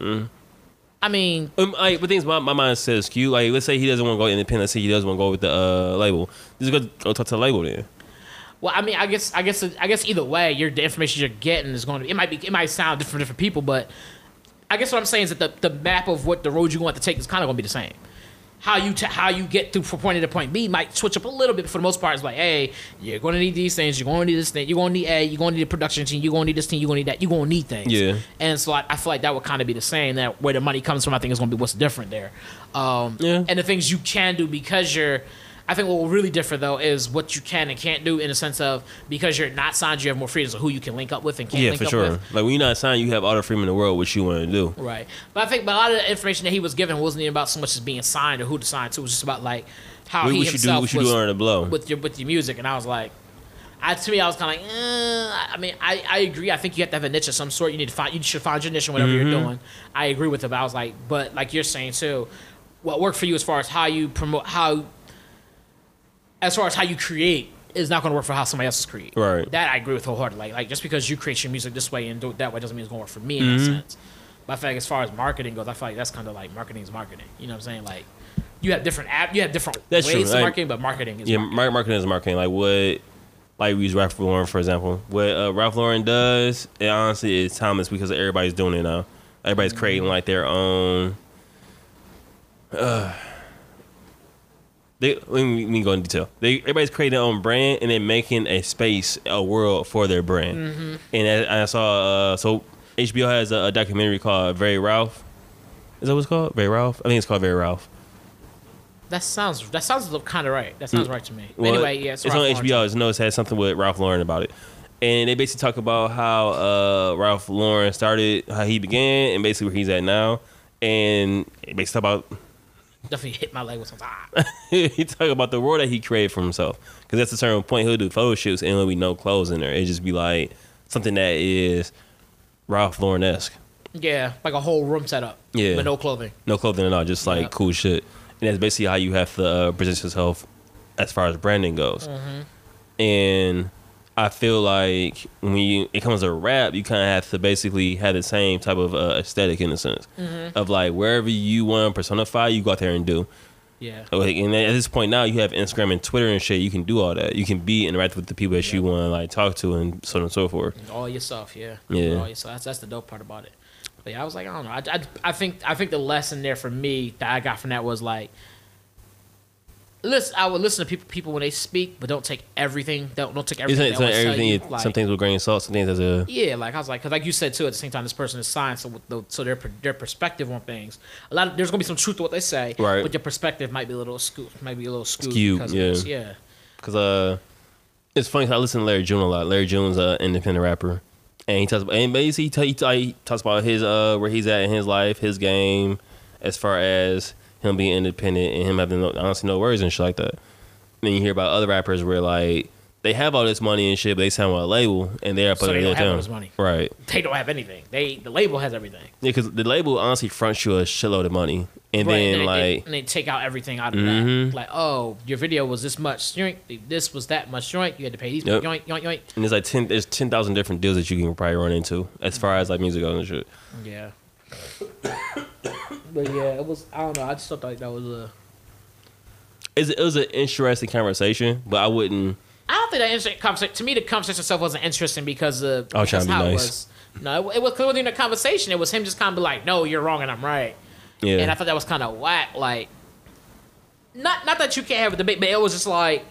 S1: I mean,
S2: Um, like, but things my, my mind says skew. Like, let's say he doesn't want to go independent. Let's say he doesn't want to go with the uh, label. Just go, go talk to the label then.
S1: well, I mean, I guess, I guess, I guess either way, your the information you're getting is going to. It might be, it might sound different for different people, but I guess what I'm saying is that the, the map of what the road you want to take is kind of going to be the same. How you t- how you get through from point A to point B might switch up a little bit. but For the most part, it's like, hey, you're going to need these things. You're going to need this thing. You're going to need A. You're going to need a production team. You're going to need this team. You're going to need that. You're going to need things.
S2: Yeah.
S1: And so I, I feel like that would kind of be the same. That where the money comes from, I think is going to be what's different there. Um,
S2: Yeah.
S1: And the things you can do because you're. I think what will really differ though is what you can and can't do in the sense of because you're not signed, you have more freedoms of who you can link up with and can't
S2: yeah,
S1: link
S2: for
S1: up
S2: sure.
S1: with.
S2: Like when you're not signed, you have all the freedom in the world. What you want to do?
S1: Right. But I think but a lot of the information that he was given wasn't even about so much as being signed or who to sign to. It was just about like how
S2: What
S1: he
S2: what you do?
S1: himself
S2: What you
S1: was
S2: do under the blow?
S1: with your with your music. And I was like, I to me I was kind of like, eh, I I mean I, I agree. I think you have to have a niche of some sort. You need to find you should find your niche in whatever
S2: Mm-hmm.
S1: you're doing. I agree with him. I was like, but like you're saying too, what worked for you as far as how you promote how as far as how you create is not going to work for how somebody else is create.
S2: Right.
S1: That I agree with wholeheartedly. Like, like just because you create your music this way and do it that way doesn't mean it's going to work for me in
S2: Mm-hmm.
S1: that sense. But I feel like as far as marketing goes, I feel like that's kind of like marketing is marketing. You know what I'm saying? Like, you have different app, you have different
S2: That's
S1: ways
S2: true.
S1: to
S2: Like-
S1: marketing, but marketing is
S2: Yeah,
S1: marketing.
S2: mar- marketing is marketing. Like what, like we use Ralph Lauren for example. What uh, Ralph Lauren does, it honestly is timeless because everybody's doing it now. Everybody's creating like their own. Uh, they let me, let me go into detail. They everybody's creating their own brand and then making a space, a world for their brand. And I, I saw uh, so HBO has a, a documentary called Very Ralph. Is that what it's called? Very Ralph. I think it's called Very Ralph.
S1: That sounds that sounds kind of right. That sounds right to me.
S2: Mm. Well,
S1: anyway, yeah,
S2: it's,
S1: Ralph
S2: on
S1: Lauren.
S2: HBO. It's no, it has something with Ralph Lauren about it, and they basically talk about how uh, Ralph Lauren started, how he began, and basically where he's at now, and it basically talk about
S1: Definitely hit my leg with something. Ah.
S2: he talk about the world that he created for himself, because that's a certain point he'll do photo shoots and there'll be no clothes in there. It just be like something that is Ralph Lauren esque,
S1: yeah, like a whole room set up.
S2: Yeah.
S1: But no clothing.
S2: no clothing at all, just like
S1: Yeah.
S2: cool shit, and that's basically how you have to uh, present yourself as far as branding goes.
S1: Mm-hmm.
S2: and I feel like when you it comes to rap, you kind of have to basically have the same type of uh, aesthetic in a sense
S1: Mm-hmm.
S2: of like wherever you want to personify, you go out there and do.
S1: Yeah.
S2: Like, and at this point now, you have Instagram and Twitter and shit. You can do all that. You can be interact with the people that you want to like talk to and so on and so forth.
S1: All yourself, yeah.
S2: Yeah.
S1: All yourself. That's, that's the dope part about it. But yeah, I was like, I don't know. I, I, I think I think the lesson there for me that I got from that was like, listen, I would listen to people people when they speak, but don't take everything. Don't don't take
S2: It's
S1: everything. they
S2: not, it's not
S1: always tell
S2: everything.
S1: you,
S2: it-
S1: like-
S2: some things with grain of salt. Some things as a
S1: yeah, like I was like, because like you said too, at the same time, this person is signed, so with the, so their per- their perspective on things, a lot of there's gonna be some truth to what they say,
S2: Right.
S1: But your perspective might be a little skewed, might be a little skewed,
S2: Skewed,
S1: because of
S2: yeah.
S1: this. yeah,
S2: Cause uh, it's funny. 'cause I listen to Larry June a lot. Larry June's an independent rapper, and he talks about and basically he, ta- he, ta- he talks about his uh where he's at in his life, his game, as far as him being independent and him having no, honestly no worries and shit like that. then you hear about other rappers where like they have all this money and shit, but they sound on a label and they're
S1: So
S2: putting
S1: they
S2: it
S1: don't have all
S2: down.
S1: this money.
S2: right?
S1: they don't have anything. They the label has everything,
S2: Yeah, because the label honestly fronts you a shitload of money, and
S1: Right,
S2: then
S1: and they-
S2: like
S1: and they take out everything out of
S2: Mhm.
S1: that, like oh, your video was this much joint, this was that much joint, you had to pay these
S2: Yep.
S1: yoink yoink yoink,
S2: and there's like ten there's ten thousand different deals that you can probably run into as far as like music goes and shit.
S1: yeah. but yeah, it was I don't know. I just thought like that was a.
S2: it's, it was an interesting conversation, but I wouldn't.
S1: I don't think that interesting conversation. To me, the conversation itself wasn't interesting because of
S2: I was Oh, trying
S1: because
S2: to be
S1: how it
S2: nice.
S1: was. No, it, it was clearly in the conversation. It was him just kind of be like, "No, you're wrong and I'm right,"
S2: Yeah,
S1: and I thought that was kind of whack. Like, not not that you can't have a debate, but it was just like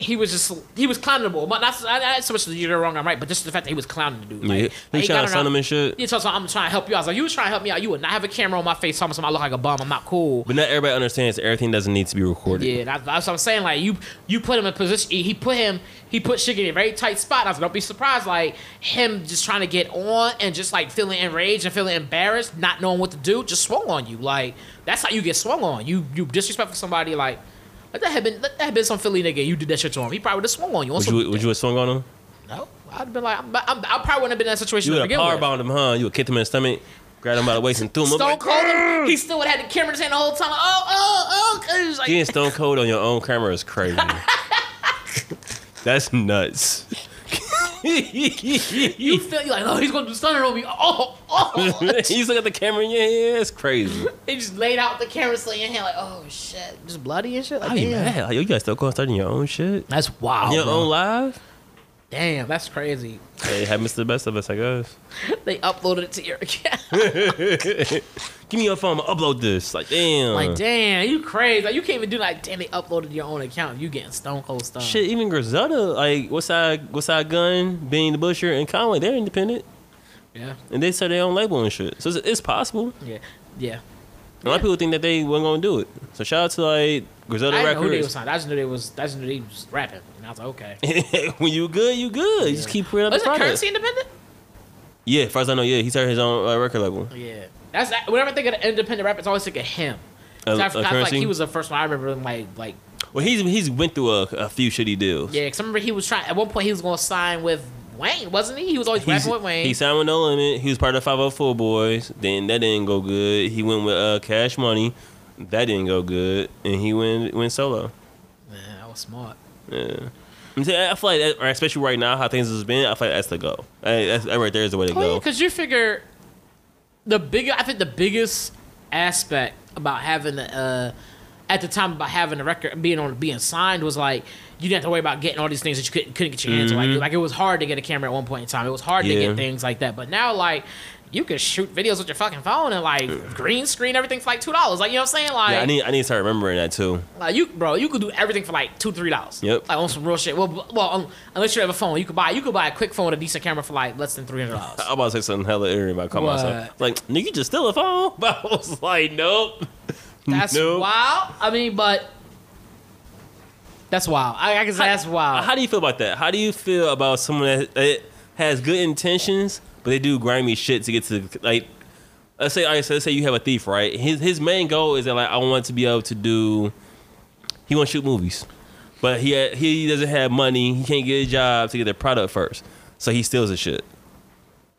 S1: he was just he was clownable. But not, not, not so much that you're wrong, I'm right, but just the fact that he was clowning the dude.
S2: yeah.
S1: Like,
S2: he
S1: like,
S2: trying
S1: got
S2: to sun
S1: around-
S2: him and shit.
S1: Yeah, so, so I'm trying to help you. I was like, you was trying to help me out. You would not have a camera on my face, telling me I look like a bum. I'm not cool.
S2: But not everybody understands that everything doesn't need to be recorded.
S1: Yeah, that's, that's what I'm saying. Like you, you put him in position. He put him. He put Shiggy in a very tight spot. I was gonna be surprised. Like him just trying to get on and just like feeling enraged and feeling embarrassed, not knowing what to do, just swung on you. Like that's how you get swung on. You you disrespectful somebody. Like let that have been let that have been some Philly nigga. You did that shit to him. He probably would have swung on you. On
S2: Would
S1: some,
S2: you would you have swung on him?
S1: no, I'd have been like, I'm, I'm, I probably wouldn't have been in that situation
S2: You
S1: to
S2: would have
S1: begin
S2: power
S1: with.
S2: bombed him, huh? You would have kicked him in the stomach, grabbed him by the waist, and threw him up.
S1: Stone
S2: Like,
S1: Cold, him, he still would have had the camera in his hand the whole time. Like, oh, oh, oh, 'cause he was like,
S2: Getting stone cold on your own camera is crazy. That's nuts.
S1: you feel you like, oh, he's gonna do stunner on me. Oh, oh.
S2: you look at the camera in your hand. It's crazy.
S1: they just laid out the camera sling in hand, like, oh shit, just bloody and shit. Like,
S2: How you
S1: damn.
S2: mad? Like, yo, you guys still going starting your own shit?
S1: Oh, That's wild.
S2: your
S1: Oh, bro.
S2: own live?
S1: Damn, that's crazy.
S2: Hey, have Mr. Best of Us, I guess.
S1: They uploaded it to your account.
S2: Uh. Give me your phone. I'll upload this. Like, damn.
S1: like, damn, you crazy. Like, you can't even do like, damn, they uploaded your own account. You getting stone cold stunned.
S2: Shit, even Griselda, like, what's side, what's side gun, Benny the Butcher, and Conway, they're independent.
S1: Yeah,
S2: And they sell their own label and shit. So it's, it's possible.
S1: yeah, yeah.
S2: A lot of people think that they weren't going to do it. So shout out to, like,
S1: I
S2: Griselda
S1: didn't know who they was
S2: Records.
S1: signed. I just knew they was. I just knew they was rapping, and I was like, okay.
S2: when you good, you good. You just keep putting out the
S1: Was it
S2: product.
S1: currency independent?
S2: Yeah, as far as I know, yeah, he started his own uh, record label.
S1: Oh, Yeah, that's whenever I think of an independent rapper, it's always think of him.
S2: Uh,
S1: So I,
S2: uh,
S1: forgot, like
S2: Currency?
S1: he was the first one I remember. Like, like
S2: well, he's he's went through a, a few shitty deals.
S1: yeah, because I remember he was trying. At one point, he was gonna sign with Wayne, wasn't he? He was always
S2: He's-
S1: rapping with Wayne.
S2: He signed with No Limit. He was part of the 504 Boys. Then that didn't go good. He went with uh, Cash Money. That didn't go good. And he went went solo.
S1: Man, that was smart.
S2: Yeah. I'm saying, I feel like, that, or especially right now, how things has been, I feel like that's the go. I, that's, that right there is the way to
S1: Oh yeah,
S2: go.
S1: because you figure the bigger. I think the biggest aspect about having a, uh, at the time about having a record being on being signed was like you didn't have to worry about getting all these things that you couldn't, couldn't get your hands on. Like, like it was hard to get a camera at one point in time. It was hard to
S2: Mm-hmm. Yeah.
S1: get things like that. But now like. You can shoot videos with your fucking phone and like green screen everything for like two dollars. Like you know what I'm saying? Like,
S2: Yeah, I need I need to start remembering that too.
S1: like you, bro, you could do everything for like two, three dollars.
S2: Yep.
S1: Like on some real shit. Well, well, um, unless you have a phone, you could buy you could buy a quick phone with a decent camera for like less than three hundred dollars.
S2: I was about to say something hella irritating about calling myself.
S1: What?
S2: Like, nigga, you just steal a phone? But I was like, nope.
S1: That's
S2: Nope.
S1: wild. I mean, but that's wild. I, I can say that's
S2: Uh,
S1: wild.
S2: How do you feel about that? How do you feel about someone that, that has good intentions but they do grimy shit to get to like? Let's say, all right, so let's say you have a thief, right? His his main goal is that like I want to be able to do. He wants to shoot movies, but he he doesn't have money. He can't get a job to get the product first, so he steals the shit.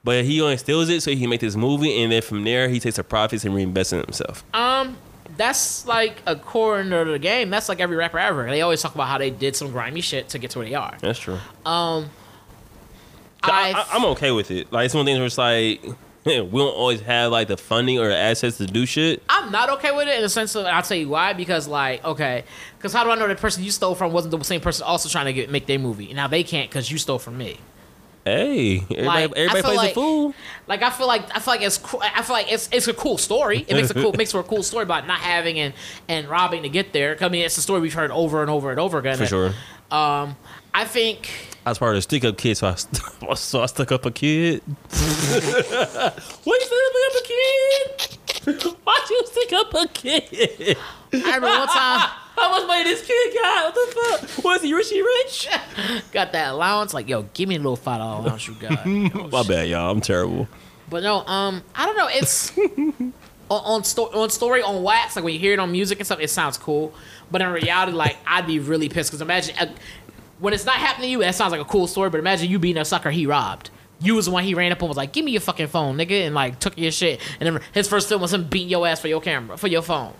S2: But he only steals it so he can make this movie, and then from there he takes the profits and reinvests in himself.
S1: um, that's like a core into the game. That's like every rapper ever. They always talk about how they did some grimy shit to get to where they are.
S2: That's true.
S1: Um,
S2: I,
S1: I,
S2: I, I'm okay with it. Like it's one of the things where it's like we don't always have like the funding or the assets to do shit.
S1: I'm not okay with it in the sense of and I'll tell you why because like okay, because how do I know the person you stole from wasn't the same person also trying to get make their movie? And now they can't because you stole from me.
S2: Hey, everybody,
S1: Like, I
S2: everybody
S1: feel
S2: plays a
S1: like-
S2: fool.
S1: Like I feel like I feel like it's cool. I feel like it's it's a cool story. It makes a cool makes for a cool story about not having and and robbing to get there. I mean, it's a story we've heard over and over and over again.
S2: For sure.
S1: Um, I think
S2: I was part of the stick up kid, so I st- so I stuck up a kid. Why you stick up a kid? Why you stick up a kid?
S1: I remember one time
S2: How much money this kid got? What the fuck? Was he rich? He rich?
S1: got that allowance. Like, yo, give me a little five dollar allowance you got.
S2: My bad, y'all. I'm terrible.
S1: But no, um, I don't know. It's on on, sto- on story on wax. Like when you hear it on music and stuff, it sounds cool. But in reality, like I'd be really pissed because imagine uh, when it's not happening to you, that sounds like a cool story. But imagine you being a sucker he robbed. You was the one he ran up and was like, "Give me your fucking phone, nigga," and like took your shit. And then his first film was him beating your ass for your camera, for your phone.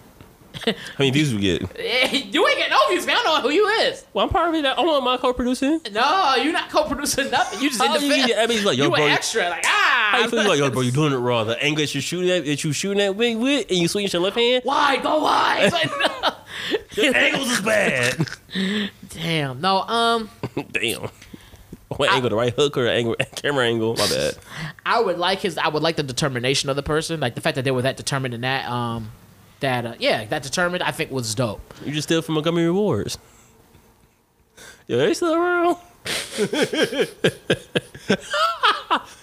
S2: How many views we get?
S1: you ain't getting no views, man. I don't know who you is.
S2: Well, I'm part of it. I want my co-producing.
S1: No, you're not co-producing nothing. You just in
S2: How
S1: the
S2: you
S1: film.
S2: get? I mean, like, yo,
S1: Oh, you
S2: bro,
S1: an extra, like ah.
S2: How you feel? You like, yo, bro, you doing it raw. The angle that you shooting at, that you shooting at wing with, and you swinging your left hand.
S1: why go why? It's like, no.
S2: The angles is bad.
S1: Damn. No. Um,
S2: Damn. What angle? The right hook or the angle? Camera angle? My bad.
S1: I would like his. I would like the determination of the person, like the fact that they were that determined and that um, that uh, yeah, that determined. I think was dope.
S2: You just steal from Montgomery Rewards. Yo, they still around?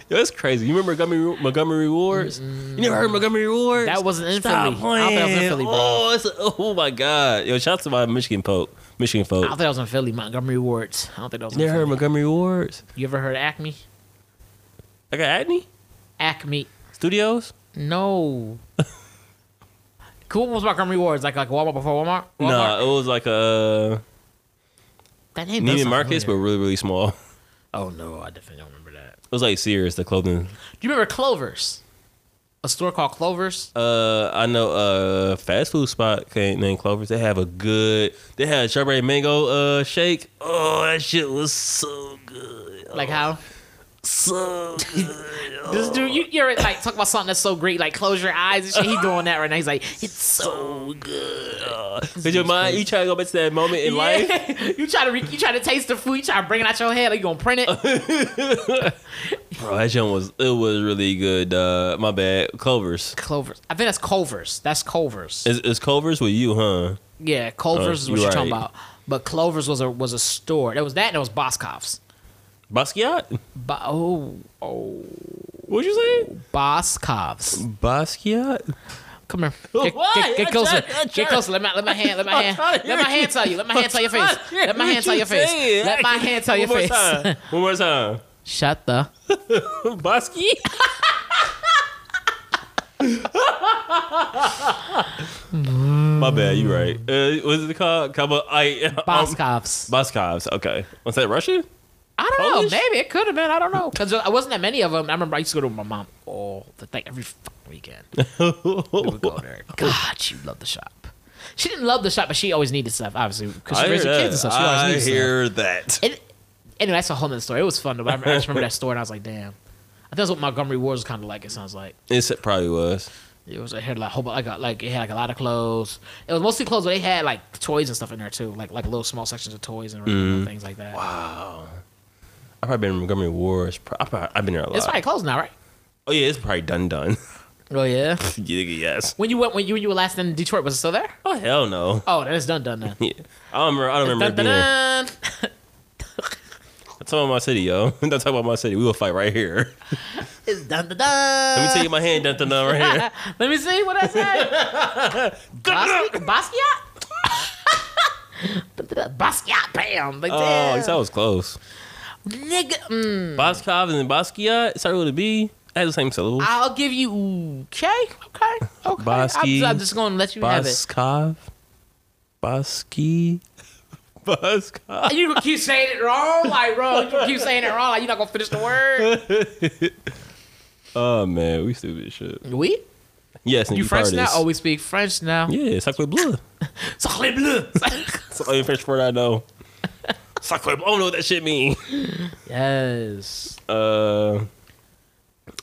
S2: Yo, that's crazy. You remember Montgomery, Montgomery Rewards? You never heard of Montgomery Rewards?
S1: That wasn't in
S2: Stop
S1: Philly. I don't think that was in
S2: playing.
S1: Philly, bro.
S2: Oh, it's oh my God. Yo, shout out to my Michigan folk. Michigan
S1: I don't
S2: folk.
S1: think that was in Philly. Montgomery Wards. I don't think that was. In
S2: Never heard
S1: Philly.
S2: of Montgomery Rewards?
S1: You ever heard of Acme?
S2: I got Acne
S1: Acme.
S2: Studios.
S1: No. cool was Montgomery Wards, like like Walmart before Walmart.
S2: No,
S1: Walmart?
S2: nah, it was like a
S1: that name. does
S2: Neiman
S1: sound
S2: Marcus, but
S1: familiar.
S2: really, really small. It
S1: oh no, I definitely don't remember that.
S2: was like Sears, the clothing.
S1: Do you remember Clovers? a store called Clovers.
S2: Uh, I know a uh, fast food spot can't name Clovers. They have a good. They had a strawberry mango uh shake. Oh, that shit was so good.
S1: Like how?
S2: so good.
S1: This dude, you, you're like talking about something that's so great, like close your eyes and shit. He doing that right now. He's like, it's so good.
S2: Cause your mind, you try to go back to that moment in life.
S1: Yeah. you try to re- you try to taste the food. You try to bring it out your head. Like you gonna print it?
S2: Bro, that joint was it was really good. Uh, my bad, Clovers.
S1: Clovers. I think that's Culver's. That's Culver's.
S2: Is, is Clovers with you, huh?
S1: Yeah, Culver's is what
S2: you
S1: you're talking
S2: right.
S1: about. But Clovers was a was a store. There was that. and There was Boscov's.
S2: Basquiat?
S1: Bo- oh, oh,
S2: What'd you say?
S1: Boscov's.
S2: Basquiat?
S1: Come here. Get,
S2: Why?
S1: get, get
S2: I'm
S1: closer.
S2: trying- I'm
S1: get
S2: trying-
S1: closer. Let my let my hand let my
S2: I'm
S1: hand
S2: trying to
S1: let my
S2: hear
S1: hand tell you. Let my hand tell your face.
S2: trying to hear
S1: Let my hand
S2: what
S1: tell
S2: you
S1: your face.
S2: saying.
S1: Let my hand tell your
S2: One more
S1: face.
S2: time. Um, One more time.
S1: Shut the.
S2: Basquiat. My bad, you right. Uh, what is it called? Kaba, I, Um,
S1: Boscov's.
S2: Baskovs, okay. Was that Russian?
S1: I don't
S2: Polish?
S1: know. Maybe it could have been. I don't know. Because I wasn't that many of them. I remember I used to go to my mom all the like every fucking weekend. we would go there. God, she loved the shop. She didn't love the shop, but she always needed stuff, obviously, because
S2: I
S1: she
S2: hear
S1: raised her kids
S2: that.
S1: and stuff. She
S2: I
S1: always needed stuff.
S2: hear that.
S1: And, anyway, that's a whole nother story. It was fun, though. I, remember, I just remember that store, and I was like, damn. I think that's what Montgomery Ward was kind of like, it sounds like.
S2: It probably was.
S1: It was it had like a whole bu- like a, like it had like a lot of clothes. It was mostly clothes, but they had like toys and stuff in there too, like like little small sections of toys and things like that.
S2: Mm. Wow. I've probably been in Montgomery Wars. Pro- I've probably- I've been there a lot.
S1: It's probably closed now, right?
S2: oh, yeah, it's probably done done.
S1: Oh yeah.
S2: Yeah, yes.
S1: When you went, when you, when you were last in Detroit, was it still there?
S2: Oh, hell no.
S1: Oh, that's done, done, done.
S2: Yeah. I don't remember, I don't remember
S1: Dun,
S2: it being
S1: dun,
S2: there.
S1: dun.
S2: Don't talk about my city, yo. Don't talk about my city. We will fight right here.
S1: It's dun, dun,
S2: Let me
S1: dun.
S2: tell you my hand dun dun dun right here.
S1: Let me see what I said. Basquiat? Basquiat? Dun, dun, dun. Basquiat, bam. Like,
S2: Oh,
S1: damn.
S2: you said I was close.
S1: Nigga, mm,
S2: Boskov and Basquiat started with a B. I had the same syllables.
S1: I'll give you, okay, okay, okay.
S2: Basqui-
S1: I'm, I'm just going to let you have it.
S2: Boskov. Bosky. Boskov.
S1: You gonna keep saying it wrong, like, bro. You gonna keep saying it wrong, like, you're not gonna finish the word.
S2: Oh, man. We stupid as shit.
S1: We?
S2: Yes, and
S1: You
S2: you
S1: French now?
S2: parties.
S1: Oh, we speak French now.
S2: Yeah, Sacre Bleu.
S1: Sacre bleu.
S2: That's
S1: oh,
S2: the only French word I know. Sacre Bleu. I don't know what that shit mean.
S1: yes.
S2: Uh, all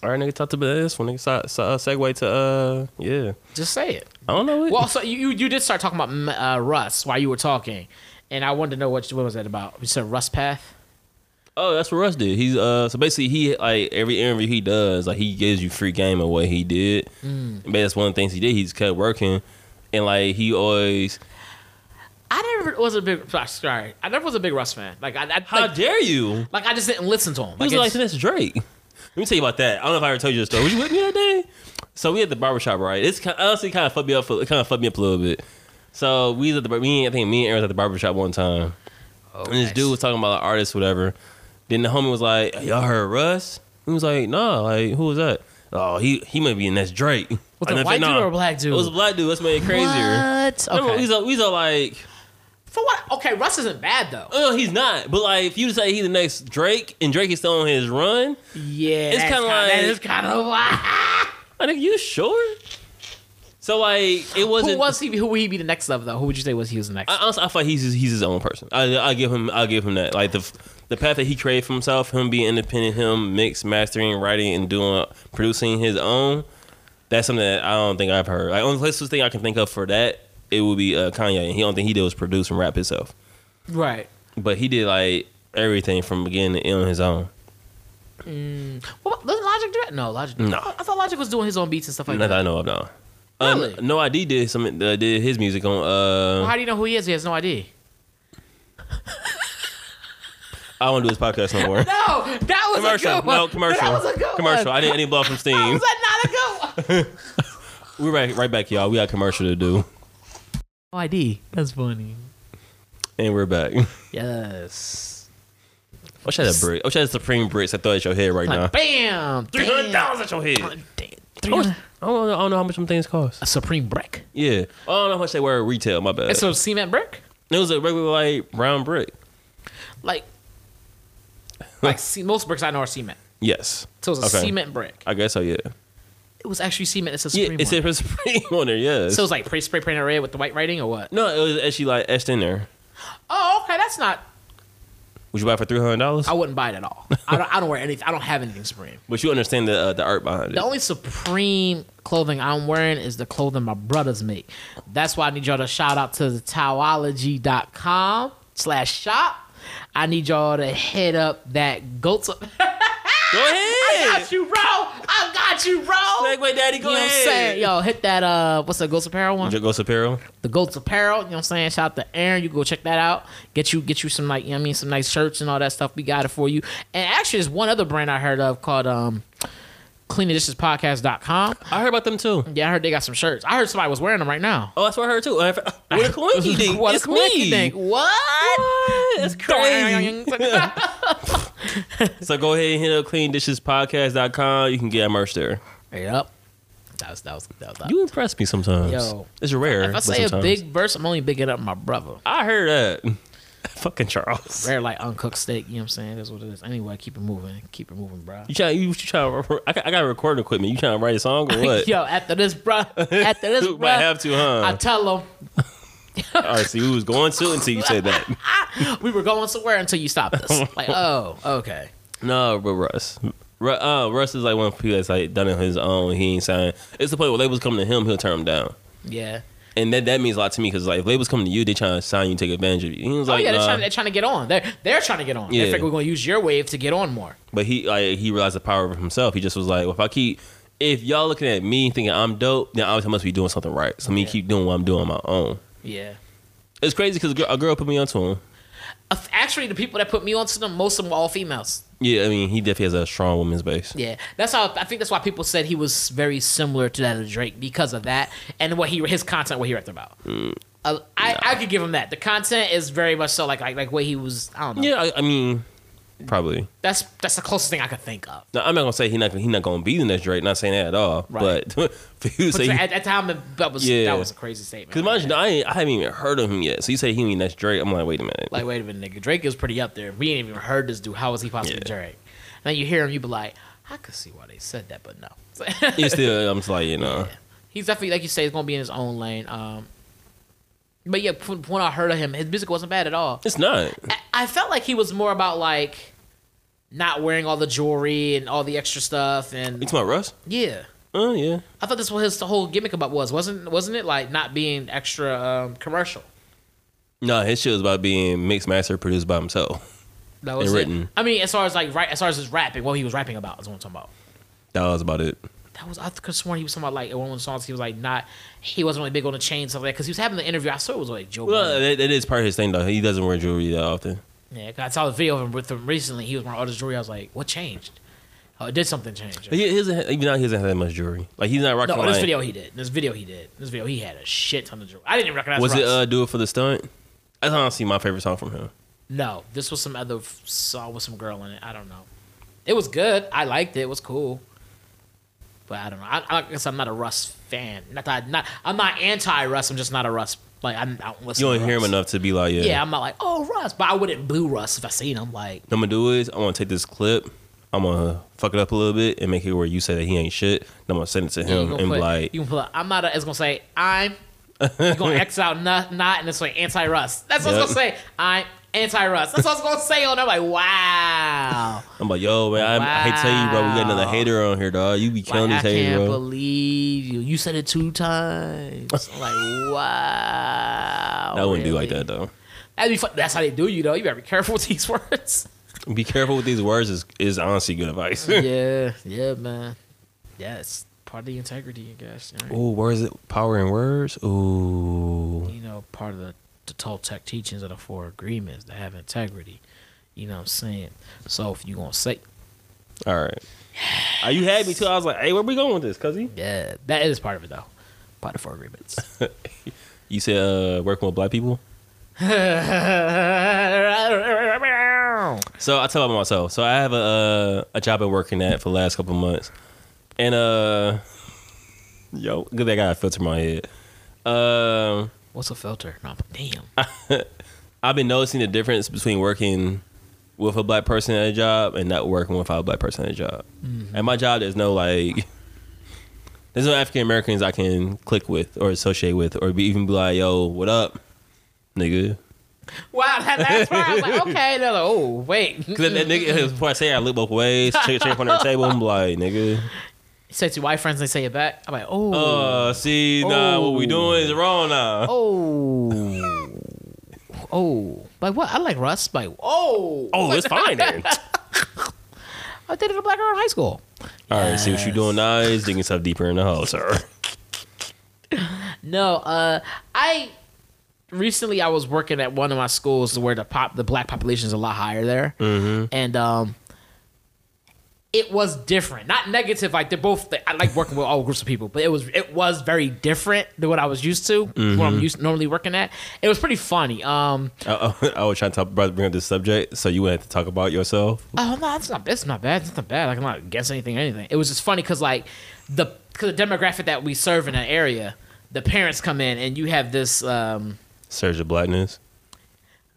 S2: right, nigga, talk to this one. Nigga, so, so, uh, segue to, uh, yeah.
S1: Just say it.
S2: I don't know. It.
S1: Well, so you you did start talking about mm, uh, Russ while you were talking, and I wanted to know what what was that about? You said Russ Path.
S2: Oh, that's what Russ did. He's uh so basically he like every interview he does, like he gives you free game of what he did. Mm. But that's one of the things he did. He's kept working and like he always
S1: I never was a big sorry. I never was a big Russ fan. Like I, I
S2: How
S1: like,
S2: dare you?
S1: like, I just didn't listen to him.
S2: He
S1: Like,
S2: was like
S1: it's-
S2: that's Drake. Let me tell you about that. I don't know if I ever told you this story. Was you with me that day? So we at the barbershop, right? It's kind honestly kinda fucked me up for- it kinda fucked me up a little bit. So we was at the bar- me and- I think me and Aaron was at the barbershop one time.
S1: oh,
S2: And this
S1: nice.
S2: dude was talking about an artist, whatever. Then the homie was like, "Y'all heard Russ?" He was like, "Nah, like who was that?" Oh, he he might be in that's Drake.
S1: Was it
S2: And
S1: a
S2: I
S1: white
S2: said,
S1: dude
S2: "Nah."
S1: or a black dude?
S2: It was a black dude. That's made it crazier.
S1: What?
S2: Remember,
S1: Okay.
S2: He's all, he's all like,
S1: For what? Okay, Russ isn't bad though.
S2: "Oh, he's not." But like, if you say he's the next Drake, and Drake is still on his run,
S1: Yeah,
S2: It's
S1: that's
S2: kinda
S1: kinda- that
S2: like-
S1: is kind of wild.
S2: I think you sure. So like, it wasn't.
S1: Who was Uh, he? Who would he be the next of though? Who would you say was he was the next?
S2: I, honestly, I feel like he's his, he's his own person. I I give him I give him that like the f- the path that he created for himself, him being independent, him mix mastering, writing, and doing producing his own. That's something that I don't think I've heard. Like only closest thing I can think of for that it would be uh, Kanye. And he only thing he did was produce and rap himself,
S1: right.
S2: but he did like everything from beginning to end on his own.
S1: Well, doesn't Logic do that? No, Logic.
S2: No.
S1: I, I thought Logic was doing his own beats and stuff like
S2: Not
S1: that.
S2: that I know of now.
S1: Really?
S2: no ID did some uh, did his music on. Uh,
S1: How do you know who he is? He has no idea.
S2: I don't do this podcast no more.
S1: No, that was a
S2: commercial,
S1: good one.
S2: no commercial,
S1: That was a good
S2: commercial.
S1: One.
S2: I didn't any blow from Steam.
S1: How was that not a good one?
S2: We're right, right back, y'all. We got a commercial to do,
S1: No ID. That's funny.
S2: and we're back.
S1: Yes.
S2: I wish I had a brick. I wish I had Supreme bricks that throw at your head right
S1: Like,
S2: now.
S1: bam.
S2: Three hundred
S1: bam.
S2: dollars at your head.
S1: Damn,
S2: I, wish-
S1: 300.
S2: I don't, know- I don't know how much them things cost.
S1: A Supreme brick.
S2: Yeah, I don't know how much they were at retail. My bad.
S1: It's a cement brick.
S2: it was a regular like brown brick.
S1: Like, like ce- most bricks I know are cement.
S2: Yes.
S1: So it's a
S2: Okay.
S1: cement brick.
S2: I guess so. Yeah.
S1: it was actually cement. It's a
S2: Yeah,
S1: Supreme
S2: it's
S1: one.
S2: a Supreme on there. Yes.
S1: so it's like spray, spray painted red with the white writing or what?
S2: no, it was actually like etched in there.
S1: Oh, okay, that's not.
S2: Would you buy it for three hundred dollars?
S1: I wouldn't buy it at all. I don't, I don't wear anything. I don't have anything Supreme.
S2: But you understand the uh, the art behind it.
S1: The only Supreme clothing I'm wearing is the clothing my brothers make. That's why I need y'all to shout out to the Towology.com slash shop. I need y'all to hit up that go to.
S2: Go
S1: I
S2: ahead.
S1: got you, bro. I got you, bro.
S2: Segway Daddy,
S1: you know
S2: go
S1: what I'm
S2: ahead.
S1: saying? Yo, hit that uh what's the Ghost Apparel one?
S2: Yo. Go Sapiro.
S1: The Goats Apparel, you know what I'm saying? Shout out to Aaron. You go check that out. Get you get you some like, you know what I mean, some nice shirts and all that stuff. We got it for you. And actually there's one other brand I heard of called um cleanthedishespodcast.com.
S2: I heard about them too.
S1: Yeah, I heard they got some shirts. I heard somebody was wearing them right now.
S2: Oh, that's what I heard too. What a coinky thing.
S1: What a
S2: it's
S1: coinky
S2: me.
S1: thing. What?
S2: That's crazy. so go ahead and hit up cleandishespodcast.com. You can get our merch there.
S1: yep. That was that was that was that.
S2: You impress me sometimes.
S1: Yo.
S2: it's rare.
S1: if I
S2: but
S1: say a
S2: sometimes.
S1: big verse, I'm only bigging up my brother.
S2: I heard that. Fucking Charles.
S1: Rare like uncooked steak, you know what I'm saying? That's what it is. Anyway, keep it moving. Keep it moving, bro.
S2: You trying? You, you trying? I, got- I got recording equipment. You trying to write a song or what?
S1: Yo, after this, bro. After this,
S2: Might
S1: bro.
S2: have to, huh?
S1: I tell him
S2: All right, see, we was going to until you said that.
S1: we were going somewhere until you stopped us. Like, oh, okay.
S2: No, but Russ. Ru- uh, Russ is like one of the people that's like done it on his own. He ain't signed. It's the point where labels come to him, he'll turn them down,
S1: Yeah.
S2: and that that means a lot to me because like if labels come to you, they trying to sign you, take advantage of you. He was
S1: Oh
S2: like,
S1: yeah, they're
S2: nah.
S1: trying, they're trying to get on. They're they're trying to get on.
S2: Yeah.
S1: They think we're gonna use your wave to get on more.
S2: but he like he realized the power of himself. He just was like, well, if I keep if y'all looking at me thinking I'm dope, then obviously I must be doing something right. So let me
S1: Yeah.
S2: keep doing what I'm doing on my own.
S1: Yeah.
S2: It's crazy because a, girl- a girl put me onto him.
S1: Uh, Actually, the people that put me onto them, most of them were all females.
S2: Yeah, I mean, he definitely has a strong woman's base.
S1: Yeah, that's how I think that's why people said he was very similar to that of Drake because of that and what he his content what he rapped about.
S2: Hmm.
S1: Uh, I, I could give him that. The content is very much so like like like what he was. I don't know.
S2: Yeah, I, I mean, probably.
S1: That's that's the closest thing I could think of.
S2: Now, I'm not gonna say he not he not gonna be the next Drake. Not saying that at all.
S1: Right.
S2: But for you to
S1: But
S2: say,
S1: at that time, that was
S2: Yeah.
S1: that was a crazy statement.
S2: because mind you, I ain't, I haven't even heard of him yet. So you say he ain't next Drake. I'm like, wait a minute.
S1: Like, wait a minute, nigga. Drake is pretty up there. We ain't even heard this dude. How is he possibly
S2: Yeah.
S1: Drake? And then you hear him, you be like, I could see why they said that, but no.
S2: it's still, I'm just like, you know,
S1: he's definitely, like you say, he's gonna be in his own lane. Um, but yeah, from from when I heard of him, his music wasn't bad at all.
S2: it's not.
S1: I, I felt like he was more about like not wearing all the jewelry and all the extra stuff, and
S2: It's my Russ.
S1: yeah,
S2: Oh yeah.
S1: I thought that's what his whole gimmick about was, wasn't wasn't it? Like not being extra um, commercial.
S2: No, his shit was about being mixed master produced by himself.
S1: That was
S2: And
S1: it.
S2: written.
S1: I mean, as far as like right, as far as his rapping, what he was rapping about is what I'm talking about.
S2: That was about it.
S1: that was I could have sworn he was talking about like in one of the songs he was like not he wasn't really big on the chain stuff like because he was having the interview I saw it was like Joe
S2: Well,
S1: Budden.
S2: that, that is part of his thing though. He doesn't wear jewelry that often.
S1: yeah 'cause I saw the video of him with him recently he was wearing all this jewelry I was like what changed oh it did something change
S2: But he, he doesn't, even now, he doesn't have that much jewelry. Like he's not rocking.
S1: no this
S2: like,
S1: video he did this video he did this video he had a shit ton of jewelry I didn't even recognize
S2: was it
S1: Russ.
S2: uh, "Do It for the Stunt"? That's honestly my favorite song from him.
S1: no this was some other f- song with some girl in it I don't know it was good I liked it it was cool but I don't know I, I guess I'm not a Russ fan not that I, not I'm not anti Russ I'm just not a Russ like I'm, I don't listen
S2: You
S1: to
S2: don't hear him
S1: Russ.
S2: enough to be like, yeah.
S1: Yeah, I'm not like, oh, Russ. But I wouldn't boo Russ if I seen him. Like,
S2: What I'm gonna do is I'm gonna take this clip, I'm gonna fuck it up a little bit and make it where you say that he ain't shit. And I'm gonna send it to
S1: you
S2: him
S1: gonna
S2: and be
S1: put,
S2: like,
S1: you can put, I'm not, a, it's going to say, I'm, you're going to X out not, not, and it's like anti Russ. That's what I was
S2: Yep.
S1: going to say. I'm anti Russ. That's what I was going to say on there. Like, wow.
S2: I'm like, yo, man, I, I hate to tell you, bro, we got another
S1: Wow.
S2: hater on here, dog. You be
S1: Like,
S2: killing
S1: I
S2: these haters,
S1: can't
S2: bro.
S1: believe you. You said it two times. I'm like, wow.
S2: I wouldn't be like
S1: really?
S2: that though.
S1: That'd be fun. That's how they do you, though. You better be careful with these words.
S2: Be careful with these words. Is is honestly good advice.
S1: yeah, yeah, man. Yeah, it's part of the integrity, I guess. All right.
S2: Ooh, where is it? Power in words. Ooh,
S1: you know, part of the, the Toltec teachings of the four agreements to have integrity. You know what I'm saying? So if you gonna say
S2: all right. Are you had me too? I was like, hey, where we going with this, cuz
S1: yeah, that is part of it though. Part of four agreements.
S2: You said uh, working with black people.
S1: yeah,
S2: So I tell about myself. So I have a uh, a job I've been working at for the last couple months, and uh, yo, good thing I got a filter in my head. Um,
S1: what's a filter? No, damn.
S2: Uh, I've been noticing the difference between working with a black person at a job and not working without a black person at a job. At my job, there's no like There's no African Americans I can click with or associate with or be even be like, yo, what up, nigga?
S1: Wow, that, that's why I was like, okay, they're like, oh wait.
S2: Because that, that nigga, before I say it, I look both ways, check, check up on the table, I'm like, nigga.
S1: Say to white friends, they say it back. I'm like, oh,
S2: Uh, see, nah, what we doing is wrong now.
S1: oh, oh. Like what? I like Russ. Like oh,
S2: Oh, it's fine then.
S1: I dated a black girl in high school.
S2: All right, see what you doing now is digging stuff deeper in the hole, sir.
S1: No, uh, I recently I was working at one of my schools where the pop the black population is a lot higher there, and um, it was different. Not negative. Like they're both. I like working with all groups of people, but it was it was very different than what I was used to. What I'm used normally working at. It was pretty funny. Um,
S2: I, Uh, I, I was trying to talk, bring up this subject, so you wouldn't have to talk about yourself.
S1: Oh no, it's not. It's not bad. It's not bad. Like, I'm not against anything or anything. It was just funny because like the cause the demographic that we serve in an area, the parents come in and you have this. um
S2: Surge of blackness.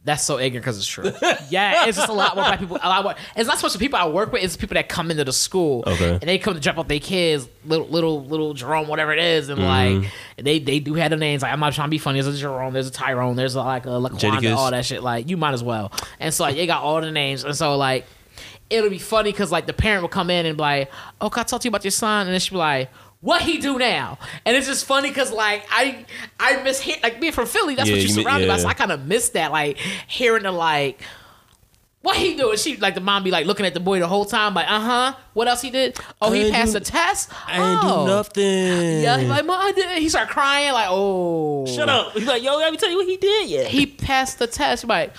S1: That's so ignorant because it's true. yeah, it's just a lot more black people. A lot more. It's not so much the people I work with. It's people that come into the school
S2: Okay.
S1: and they come to drop off their kids, little little little Jerome, whatever it is, and like
S2: Mm-hmm.
S1: they they do have the names. Like I'm not trying to be funny. There's a Jerome. There's a Tyrone. There's a, like a Laquanda.
S2: Jadakiss.
S1: All that shit. Like you might as well. And so like they got all the names. And so like it'll be funny because like the parent will come in and be like, "Oh, can I talk to you about your son?" And then she'll be like. What he do now? And it's just funny because like I I miss hit like being from Philly, that's
S2: Yeah,
S1: what you
S2: you mi-
S1: surrounded by.
S2: yeah.
S1: So I kind of miss that, like hearing the like, what he doing? She like the mom be like looking at the boy the whole time, like uh huh. What else he did? Oh,
S2: I
S1: he
S2: ain't
S1: passed
S2: do-
S1: a test.
S2: I ain't
S1: oh.
S2: do nothing.
S1: Yeah, he's like mom, I did. He started crying, like oh,
S2: Shut up. He's like, yo, let me tell you what he did. Yeah.
S1: He passed the test. She like,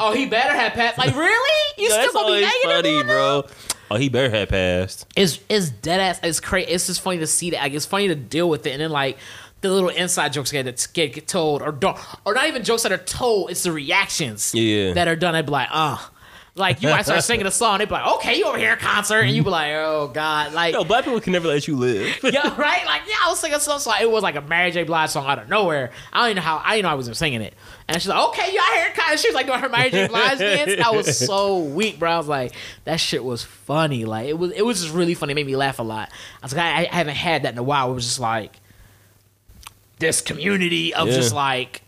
S1: oh, he better have passed. Like really? You
S2: Yo,
S1: still
S2: that's
S1: gonna be
S2: always
S1: negative?
S2: funny,
S1: on him?
S2: bro. Oh, he better have passed.
S1: it's it's dead ass. It's crazy. It's just funny to see that. Like it's funny to deal with it, and then like the little inside jokes get that get, get told, or don't, or not even jokes that are told. It's the reactions
S2: Yeah.
S1: that are done. I'd be like, uh. Like you might start singing a song, they'd be like, "Okay, you over here at concert," and you be like, "Oh God!" Like,
S2: Yo, black people can never let you live.
S1: yeah, right? Like, yeah, I was singing some song. It was like a Mary J. Blige song out of nowhere. I don't even know how I didn't know I was even singing it. And she's like, okay, y'all hear it kind of she was like doing her Mary J. Blige dance. I was so weak, bro. I was like, that shit was funny. Like it was it was just really funny. It made me laugh a lot. I was like, I, I haven't had that in a while. It was just like this community of
S2: Yeah.
S1: just like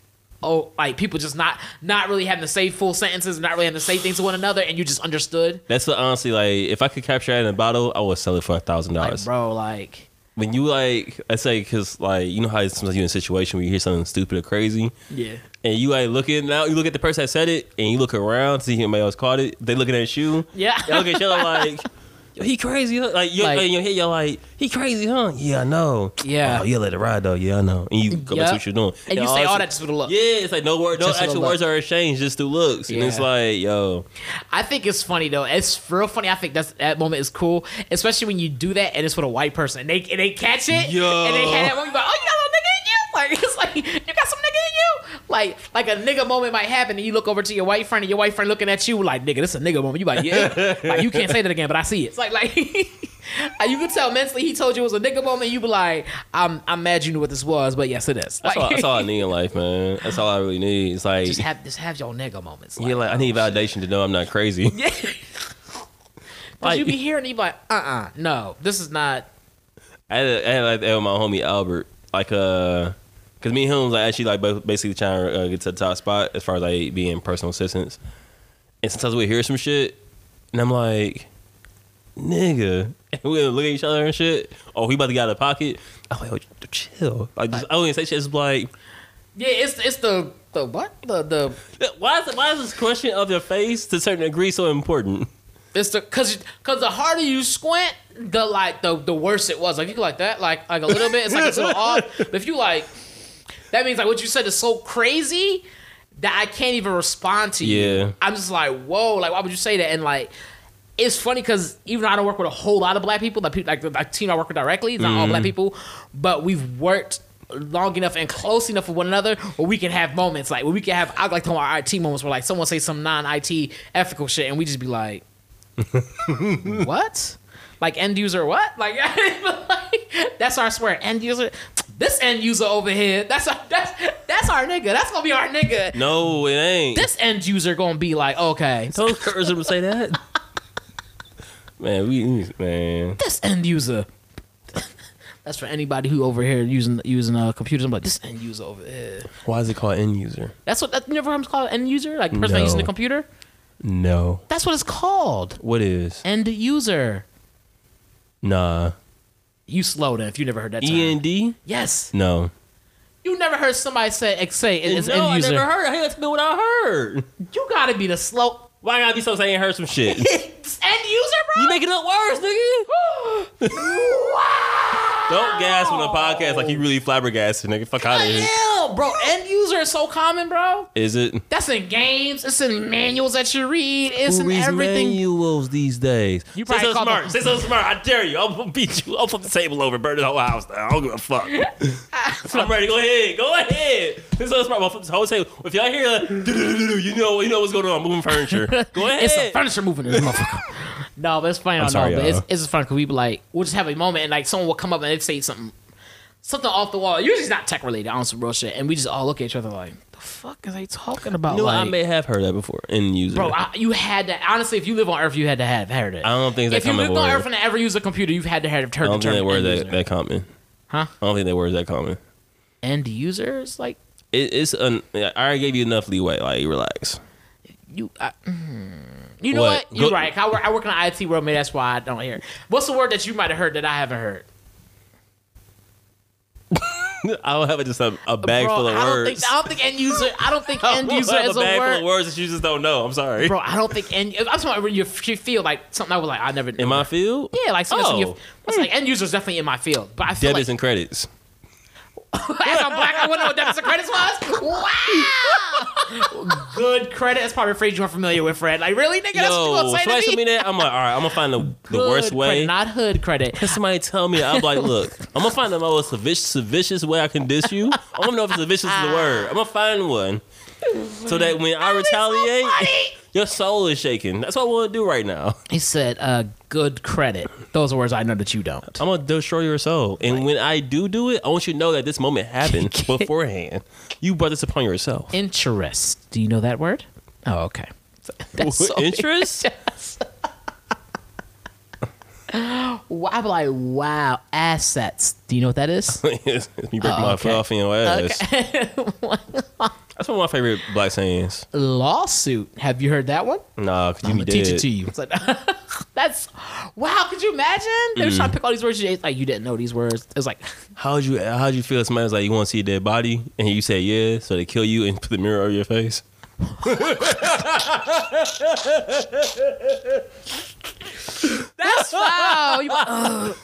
S1: Oh, like people just not not really having to say full sentences, not really having to say things to one another, and you just understood,
S2: That's what, honestly, like, if I could capture that in a bottle, I would sell it for a thousand
S1: like,
S2: dollars.
S1: bro, like
S2: When you like, I say, cause like, you know how sometimes you're in a situation where you hear something stupid or crazy,
S1: yeah,
S2: and you like looking now, you look at the person that said it, and you look around to see if anybody else caught it. They looking at you.
S1: Yeah.
S2: Y'all look at each other like, Yo, he crazy. Huh? Like, you
S1: Like-
S2: in your head, y'all like, he crazy, huh? Yeah, I know.
S1: Yeah.
S2: Oh, you let it ride though. Yeah, I know. And you go back
S1: Yep.
S2: to what you're doing,
S1: and you say all
S2: it's-
S1: that just with a look.
S2: Yeah, it's like no word, no
S1: Just a
S2: actual
S1: look.
S2: words are exchanged, just through looks, and it's
S1: Yeah.
S2: like, yo,
S1: I think it's funny though. It's real funny. I think that's that moment is cool, especially when you do that and it's with a white person and they and they catch it
S2: Yo.
S1: and they had that moment like, oh, you got a little nigga in you. Like it's like you got some nigga in you. Like like a nigga moment might happen and you look over to your white friend and your white friend looking at you like nigga, this a nigga moment. You like yeah, like you can't say that again, but I see it. It's like like. like, You could tell mentally he told you it was a nigga moment. You be like, I'm, I'm mad you knew what this was, but yes, it is.
S2: that's,
S1: Like,
S2: all, that's all I need in life, man. That's all I really need. It's like,
S1: just have, just have your nigga moments.
S2: yeah, like I need validation to know I'm not crazy.
S1: Yeah. Cause
S2: Like-
S1: you be hearing, you be like, uh, uh no, this is not.
S2: I had, I had like that with my homie Albert, like uh, cause me and him was like actually like ba- basically trying to uh, get to the top spot as far as like being personal assistants. And sometimes we hear some shit, and I'm like, nigga, and we look at each other and shit. Oh, he about to get out of pocket. I'm like, oh, chill. Like, just, I don't even say shit. It's like,
S1: Yeah, it's it's the the what the the
S2: why is why is this question of your face to a certain degree so important?
S1: it's the cause cause the harder you squint, the like the the worse it was. Like if you go like that, like like a little bit, it's like it's a little off. But if you like, that means like what you said is so crazy that I can't even respond to you.
S2: Yeah.
S1: I'm just like, whoa, like why would you say that? And like. It's funny because even though I don't work with a whole lot of black people, like people, like the like team I work with directly, it's not all black people, but we've worked long enough and close enough with one another where we can have moments like where we can have I like to call our IT moments where like someone say some non-IT ethical shit and we just be like, what? Like end user what? Like, like, that's our swear. End user. This end user over here. That's our that's that's our nigga. That's gonna be our nigga.
S2: No, it ain't.
S1: This end user gonna be like, okay.
S2: Don't encourage him to say that. Man, we man.
S1: This end user. That's for anybody who over here using using uh, computers. I'm like this end user over there.
S2: Why is it called end user?
S1: That's what that you never heard it's called end user, like person
S2: No.
S1: using the computer.
S2: No.
S1: That's what it's called,
S2: What is?
S1: end user.
S2: Nah.
S1: You slow then if you never heard that term.
S2: E N D?
S1: yes,
S2: No.
S1: you never heard somebody say ex- say it- it's
S2: Oh, no,
S1: end user.
S2: I never heard. Hey, that's been what I heard.
S1: You gotta be the slow
S2: Why gotta be so saying I ain't heard some shit? you
S1: It's end user, bro.
S2: making up words, nigga.
S1: wow.
S2: Don't gas on a podcast like you really flabbergasted, nigga. Fuck out of here.
S1: Damn, bro. End user is so common, bro.
S2: Is it?
S1: That's in games. It's in manuals that you read. It's
S2: Who
S1: in
S2: reads
S1: everything.
S2: manuals these days?
S1: You
S2: say
S1: probably
S2: something
S1: call
S2: smart.
S1: them-
S2: Say something smart. I dare you. I'm gonna beat you. I'll flip the table over, burn the whole house down. I don't give a fuck. I'm ready. Go ahead. Go ahead. Say something smart. I'll flip the whole table. If y'all hear, like, "Do-do-do-do-do," you know, you know what's going on. Moving furniture. Go ahead.
S1: It's a furniture moving this motherfucker. no, but it's funny. I don't
S2: sorry,
S1: know, but
S2: y'all.
S1: it's, it's just funny because we be like, we'll just have a moment and like someone will come up and they'd say something, something off the wall. Usually it's not tech related, on some real shit, and we just all look at each other like, the fuck is they talking about?
S2: You know, I
S1: like,
S2: may have heard that before in user.
S1: bro, I, you had to honestly, if you live on Earth, you had to have heard it.
S2: I don't think that
S1: if you
S2: common
S1: lived on
S2: word.
S1: Earth and ever used a computer, you've had to have
S2: I
S1: heard the
S2: don't think that
S1: term
S2: word
S1: end
S2: that,
S1: user.
S2: that common.
S1: Huh?
S2: I don't think that word that common.
S1: End user is like
S2: It, it's an. I already gave you enough leeway. Like relax.
S1: you. I, mm. you know
S2: What?
S1: what? You're
S2: Go-
S1: right. I work, I work in the IT world, maybe that's why I don't hear. it. What's the word that you might have heard that I haven't heard?
S2: I don't have just a, a bag
S1: Bro,
S2: full of
S1: I don't
S2: words.
S1: Think, I don't think end user. I don't think
S2: I
S1: end
S2: don't
S1: user
S2: have
S1: is
S2: a
S1: a
S2: bag full
S1: word.
S2: of words that you just don't know. I'm sorry.
S1: Bro, I don't think end. I'm talking about when you f- you feel like something I was like I never.
S2: in my field,
S1: yeah, like something
S2: Oh.
S1: oh. I was like end user is definitely in my field, but I feel
S2: debits
S1: like
S2: and credits.
S1: as I'm black, I wouldn't know what debits and credits was. Wow, good credit. That's probably a phrase you're familiar with, Fred. Like really, nigga, that's what you
S2: Yo,
S1: gonna say
S2: somebody
S1: to
S2: tell
S1: me.
S2: me that. I'm like, all right, I'm gonna find the, the
S1: Good
S2: worst way.
S1: credit, not hood credit.
S2: Can somebody tell me? I'm like, look, I'm gonna find the most vicious, vicious way I can diss you. I don't know if it's a vicious is the word. I'm gonna find one so that when I retaliate, your soul is shaking. That's what I want to do right now.
S1: He said, uh, "Good credit." Those are words I know that you don't.
S2: I'm gonna destroy your soul. And when I do do it, I want you to know that this moment happened beforehand. You brought this upon yourself.
S1: Interest. Do you know that word? Oh, okay. That's so
S2: Interest?
S1: Well, I'm like, wow, assets. Do you know what that is?
S2: you break my
S1: okay.
S2: foot off in your ass. That's one of my favorite black sayings.
S1: Lawsuit. Have you heard that one?
S2: Nah, cause you
S1: I'm
S2: be
S1: gonna teach it
S2: dead.
S1: to you. It's like, that's wow. Could you imagine? They were trying to pick all these words. You like you didn't know these words. It's like
S2: How'd you how'd you feel? Somebody was like, "You want to see a dead body?" And you said, "Yeah." So they kill you and put the mirror over your face.
S1: that's wow. You, Ugh.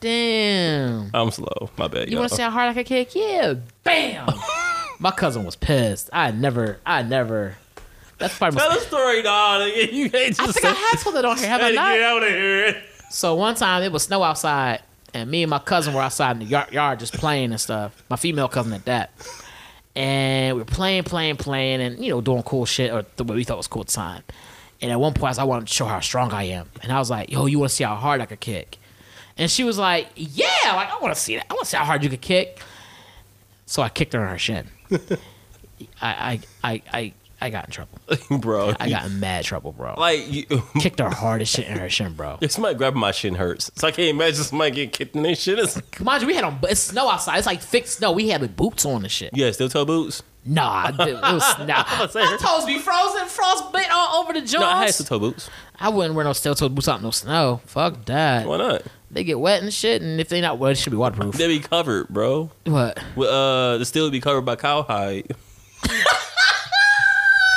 S1: damn.
S2: I'm slow. My bad.
S1: You want to see how hard I could kick? Yeah. Bam. My cousin was pissed. I never. I never. That's probably.
S2: Tell
S1: My,
S2: the story, dog. Nigga, you ain't just.
S1: I think I had told it on here. Have
S2: had
S1: I
S2: to
S1: not?
S2: get out of here.
S1: So one time it was snow outside, and me and my cousin were outside in the yard, yard just playing and stuff. My female cousin at that. And we were playing, playing, playing, and you know, doing cool shit or th- what we thought was cool at the time. And at one point, I, was, like, I wanted to show her how strong I am, and I was like, "Yo, you want to see how hard I could kick?" And she was like, "Yeah, like I want to see that. I want to see how hard you could kick." So I kicked her in her shin. I, I, I, I, I got in trouble.
S2: bro.
S1: I got in mad trouble, bro.
S2: like you,
S1: Kicked her hardest shit in her shin, bro.
S2: if somebody grabbing my shin hurts. So I can't imagine somebody getting kicked in their shin. It's,
S1: Mind you, we had on it's snow outside. It's like thick snow. We had like boots on and shit.
S2: you got steel toe boots.
S1: Nah, dude, it was nah.
S2: saying.
S1: My toes be frozen, frost bit all over the joints.
S2: No, I
S1: I,
S2: had steel toe boots.
S1: wouldn't wear no steel toed boots out in no snow. Fuck that.
S2: Why not?
S1: They get wet and shit, and if they not wet, it should be waterproof.
S2: They be covered, bro.
S1: what?
S2: Well, uh, the steel would be covered by cowhide.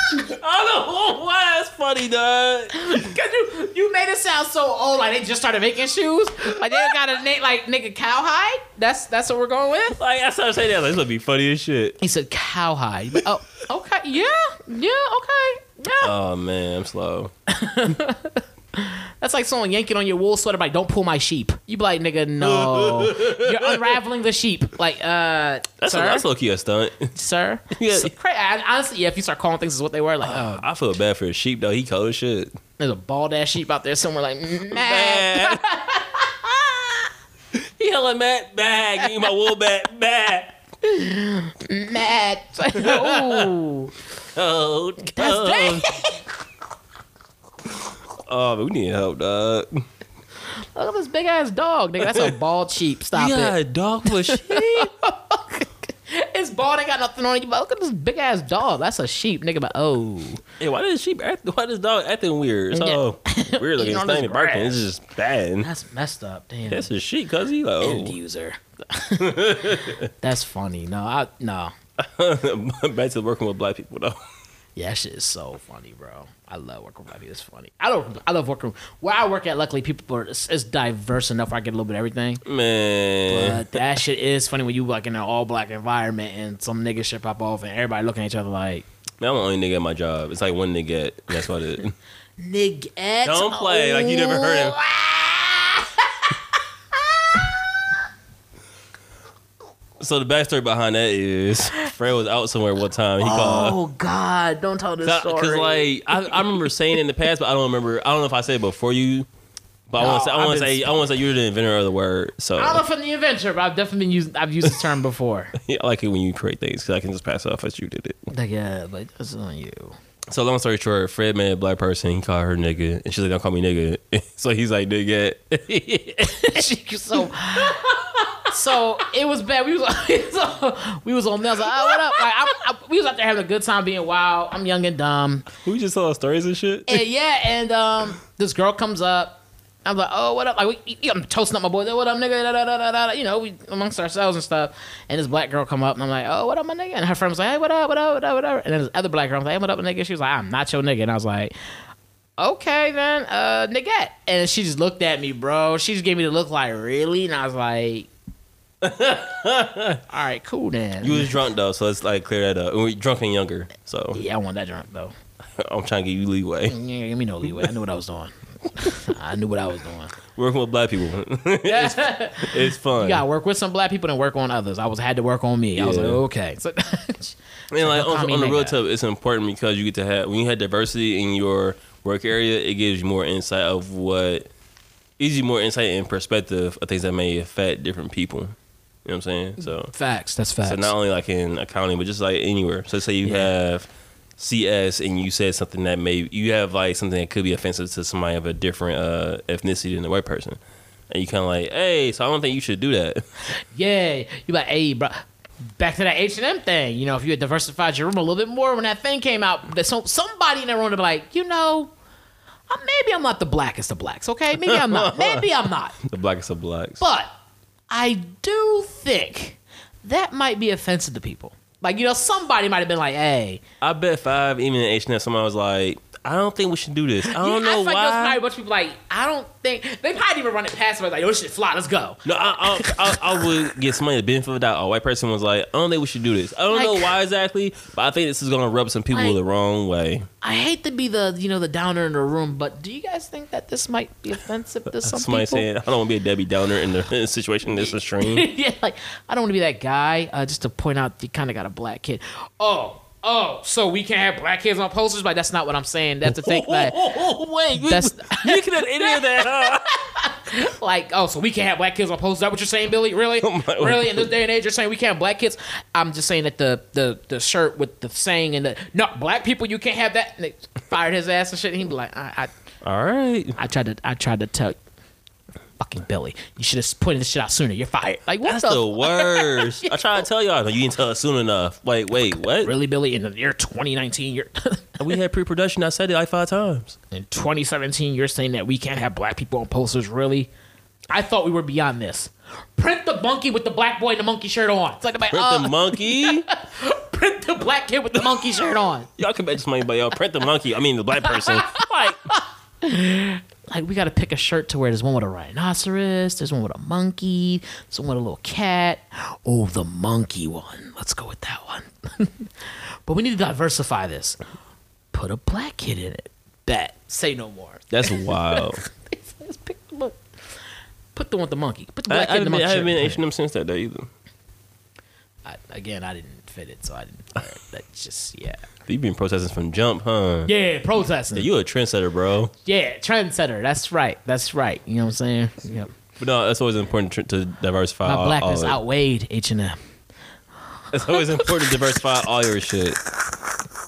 S2: I don't know why that's funny, dog.
S1: Cause you you made it sound so old, like they just started making shoes. Like they got a name like nigga cowhide. That's that's what we're going with.
S2: Like I started saying that, I was like, this would be funny as shit.
S1: He said cowhide. Oh, okay, yeah, yeah, okay, yeah.
S2: Oh man, I'm slow.
S1: That's like someone yanking on your wool sweater, like, don't pull my sheep. You be like, nigga, no. You're unraveling the sheep. Like, uh,
S2: That's a,
S1: sir,
S2: that's low key a stunt.
S1: sir.
S2: Yeah.
S1: So cra- I- honestly, yeah, if you start calling things is what they were, like, oh,
S2: I feel bad for a sheep though. He cold as shit.
S1: there's a bald ass sheep out there somewhere, like, man.
S2: Bad. he yelling, Matt, bad. Give me my wool back, bad.
S1: mad. Ooh.
S2: Cold,
S1: That's
S2: Oh, cold. Oh, man, we need help, dog.
S1: Look at this big ass dog, nigga. That's a bald sheep. Stop
S2: you got
S1: it.
S2: a dog for shit.
S1: It's bald. Ain't got nothing on it. But look at this big ass dog. That's a sheep, nigga. But oh,
S2: Hey, why does sheep act? Why does dog acting weird? So weird looking.
S1: Eating
S2: It's
S1: on
S2: not
S1: this
S2: even barking.
S1: grass.
S2: It's just bad.
S1: that's messed up. Damn.
S2: That's a sheep, cause he
S1: end
S2: like
S1: user. That's funny. No, I no.
S2: oh. back to working with black people though.
S1: Yeah, that shit is so funny, bro. I love working with black people. It's funny. I don't. I love working where I work at. Luckily, people are it's, it's diverse enough. Where I get a little bit of everything.
S2: Man,
S1: But that shit is funny when you like in an all black environment and some nigga shit pop off and everybody looking at each other like
S2: man, I'm the only nigga at my job. It's like one nigga. At, that's what it.
S1: nigga.
S2: Don't play like you never heard him. So the backstory behind that is Fred was out somewhere one time. He called.
S1: Oh God! Don't tell this
S2: Because
S1: story.
S2: like I, I remember saying in the past, but I don't remember. I don't know if I said it before you. But I want to say
S1: No,
S2: I
S1: I've
S2: want to
S1: been
S2: say I want to say you're the inventor of the word. So
S1: I don't know
S2: I
S1: from the adventure, but I've definitely been used. I've used this term before.
S2: like it when you create things because I can just pass it off as you did it.
S1: Like, yeah, but that's on you.
S2: So long story short, Fred met a black person. He called her nigga, and she's like, "Don't call me nigga." so he's like, "Nigga."
S1: She- so, so it was bad. We was so we was on there. I was like, oh, what up? Like, I'm, I, we was out there having a good time, being wild. I'm young and dumb.
S2: we just saw stories and shit.
S1: And yeah, and um, this girl comes up. I'm like, oh, what up? Like, we, yeah, I'm toasting up my boy. What up, nigga? Da, da, da, da, da. You know, we amongst ourselves and stuff. And this black girl come up, and I'm like, oh, what up, my nigga? And her friend was like, hey, what up, what up, what up, what up? And then this other black girl, I'm like, hey, what up, my nigga? She was like, I'm not your nigga. And I was like, okay, then, uh, nigga. And she just looked at me, bro. She just gave me the look like, really? And I was like, all right, cool then.
S2: You was drunk though, so let's like clear that up. And we drunk and younger, so
S1: yeah, I want that drunk though.
S2: I'm trying to give you leeway.
S1: Yeah, give me no leeway. I knew what I was doing. I knew what I was doing.
S2: Working with black people, it's, it's fun.
S1: You gotta work with some black people and work on others. I was had to work on me. I was like,
S2: Yeah.
S1: okay. So,
S2: And like
S1: Don't call
S2: on,
S1: me
S2: on the real
S1: nigga.
S2: tip, it's important because you get to have when you have diversity in your work area, it gives you more insight of what gives you more insight and perspective of things that may affect different people. You know what I'm saying? So
S1: facts. That's facts.
S2: so not only like in accounting, but just like anywhere. So say you
S1: Yeah.
S2: have CS and you said something that may you have like something that could be offensive to somebody of a different uh, ethnicity than the white person. And you kind of like, hey, so I don't think you should do that.
S1: yeah. You like, hey, bro. Back to that H and M thing. You know, if you had diversified your room a little bit more when that thing came out, that so, somebody in that room would be like, you know, uh, maybe I'm not the blackest of blacks. Okay, maybe I'm not. Maybe I'm not.
S2: The blackest of blacks.
S1: But I do think that might be offensive to people. Like, you know, somebody might have been like, hey,
S2: I bet five, even in H&M, somebody was like, I don't think we should do this. I don't
S1: Yeah,
S2: know
S1: I feel like there was probably
S2: why.
S1: a bunch of people like, I don't think they probably didn't even run it past me. Like, yo, this shit fly, let's go.
S2: No, I, I, I, I would get somebody the benefit of the doubt. A white person was like, I don't think we should do this. I don't
S1: Like-
S2: know why exactly, but I think this is going to rub some people
S1: Like-
S2: the wrong way.
S1: I hate to be the you know the downer in the room, but do you guys think that this might be offensive to some
S2: somebody
S1: people?
S2: saying, I don't want to be a Debbie Downer in the in a situation this extreme.
S1: yeah, like I don't want to be that guy. Uh, just to point out, you kind of got a black kid. Oh, oh, so we can't have black kids on posters, but that's not what I'm saying. That's the thing. Like,
S2: wait, you-
S1: that's-
S2: you can have any of that. huh?
S1: like, oh, so we can't have black kids on posters. Is that what you're saying, Billy? Really?
S2: Oh my-
S1: really? In this day and age, you're saying we can't have black kids? I'm just saying that the the, the shirt with the saying and the no black people, you can't have that. And they fired his ass and shit. And he'd be like, I,
S2: All right.
S1: I, I tried to I tried to tell fucking Billy, you should have pointed this shit out sooner. You're fired. Like what
S2: That's
S1: the,
S2: the worst. I try to tell y'all, no, you didn't tell us soon enough. Like, wait, what?
S1: really, Billy? In the year 2019, you're
S2: We had pre-production. I said it like five times.
S1: in 2017, you're saying that we can't have black people on posters. Really? I thought we were beyond this. Print the monkey with the black boy in the monkey shirt on. It's like the,
S2: Print the monkey.
S1: print the black kid with the monkey shirt on.
S2: Y'all can bet this money, but y'all print the monkey. I mean, the black person.
S1: Like, like we got to pick a shirt to wear. There's one with a rhinoceros. There's one with a monkey. There's one with a little cat. Oh, the monkey one. Let's go with that one. but we need to diversify this. Put a black kid in it. Bet. Say no more.
S2: That's wild.
S1: Let's pick the book. Put the one with the monkey. Put the
S2: I, I
S1: black kid in
S2: haven't
S1: the
S2: been,
S1: monkey
S2: I haven't been
S1: shirt.
S2: H&M since that day either.
S1: I, again, I didn't fit it, so I didn't. Wear it. That's just yeah.
S2: You've been protesting from jump, huh?
S1: Yeah, protesting.
S2: Yeah, You a trendsetter, bro.
S1: Yeah, trendsetter. That's right. That's right. You know what I'm saying? Yep.
S2: But no, that's always important to, to diversify.
S1: My
S2: Uh, all,
S1: blackness
S2: all,
S1: outweighed H and M.
S2: It's always important to diversify all your shit.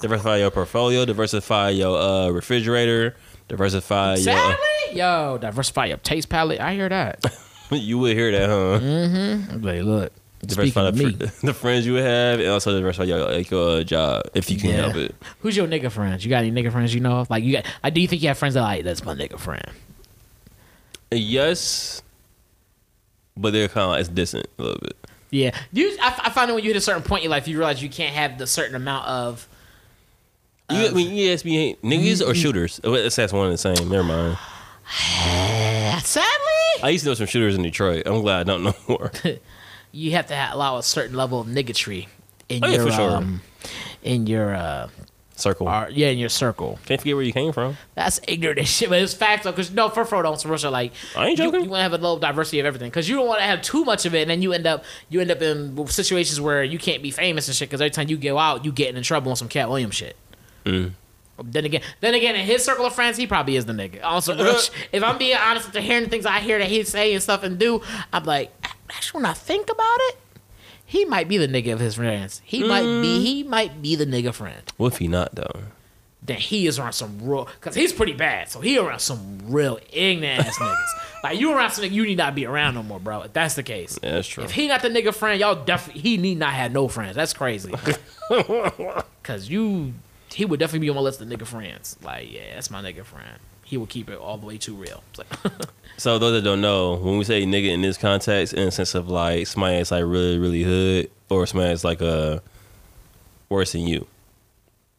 S2: Diversify your portfolio. Diversify your uh, refrigerator. Diversify your.
S1: Sadly, Yo, diversify your taste palette. I hear that.
S2: you would hear that, huh?
S1: I'm like, look, speaking
S2: Diversify
S1: of me,
S2: the, fr- the friends you have, and also diversify your like your job if you can
S1: Yeah.
S2: help it.
S1: who's your nigga friends? You got any nigga friends you know of? Like, you got? I do you think you have friends that like that's my nigga friend?
S2: Yes, but they're kind of like, it's distant a little bit.
S1: Yeah, you. I, I find that when you hit a certain point in your life, you realize you can't have the certain amount of.
S2: You, I mean, you ask me, hey, niggas or shooters? Oh, That's that's one and the same. Never mind.
S1: Sadly,
S2: I used to know some shooters in Detroit. I'm glad I don't know more.
S1: you have to ha- allow a certain level of niggatry in
S2: Oh, yeah,
S1: your
S2: for sure.
S1: um, in your uh,
S2: Circle.
S1: our, yeah, in your circle.
S2: Can't forget where you came from.
S1: That's ignorant as shit, but it's facts though. Because no, for for don't some real shit, like
S2: I ain't
S1: you,
S2: joking.
S1: want to have a little diversity of everything because you don't want to have too much of it, and then you end up you end up in situations where you can't be famous and shit. Because every time you go out, you getting in trouble on some Cat Williams shit.
S2: Mm.
S1: Then again, then again, in his circle of friends, he probably is the nigga. Also, real sh- if I'm being honest, after hearing the things I hear that he say and stuff and do, I'm like, actually, when I think about it, he might be the nigga of his friends. He might
S2: Mm.
S1: be, he might be the nigga friend
S2: What if he not though?
S1: then he is around some real because he's pretty bad. So he around some real ignorant ass niggas. Like you around some nigga, you need not be around no more, bro. If that's the case.
S2: Yeah, that's true.
S1: If he not the nigga friend, y'all definitely he need not have no friends. That's crazy. Cause you he would definitely be on my list of nigga friends. Like, yeah, that's my nigga friend. He would keep it all the way too real. It's like
S2: So those that don't know, when we say nigga in this context, in the sense of like somebody that's like really, really hood, or somebody that's like uh worse than you.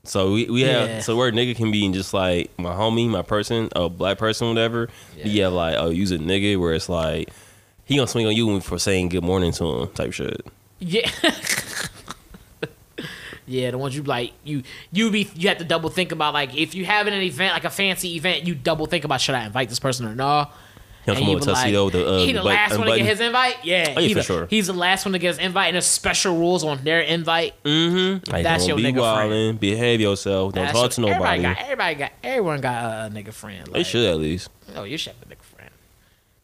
S2: So we, we
S1: Yeah.
S2: have so word nigga can be just like my homie, my person, a black person, whatever. Yeah,
S1: Yeah.
S2: like oh use a nigga where it's like he gonna swing on you for saying good morning to him type shit.
S1: Yeah. yeah, the ones you like you you be you have to double think about like if you having an event like a fancy event, you double think about should I invite this person or no.
S2: He'll come
S1: you
S2: with
S1: be
S2: tuxedo with the, uh,
S1: he the
S2: button-
S1: last one to
S2: unbutton.
S1: get his invite. Yeah,
S2: Oh, yeah,
S1: he
S2: for
S1: the-
S2: sure.
S1: he's the last one to get his invite, and there's special rules on their invite.
S2: Mm-hmm. Like,
S1: That's
S2: don't
S1: your
S2: be
S1: nigga friend.
S2: wildin', behave yourself, don't
S1: That's
S2: talk
S1: what-
S2: to nobody.
S1: Everybody got, everybody got, everyone got a nigga friend.
S2: they
S1: Like,
S2: should at least.
S1: Oh, you should have a nigga friend.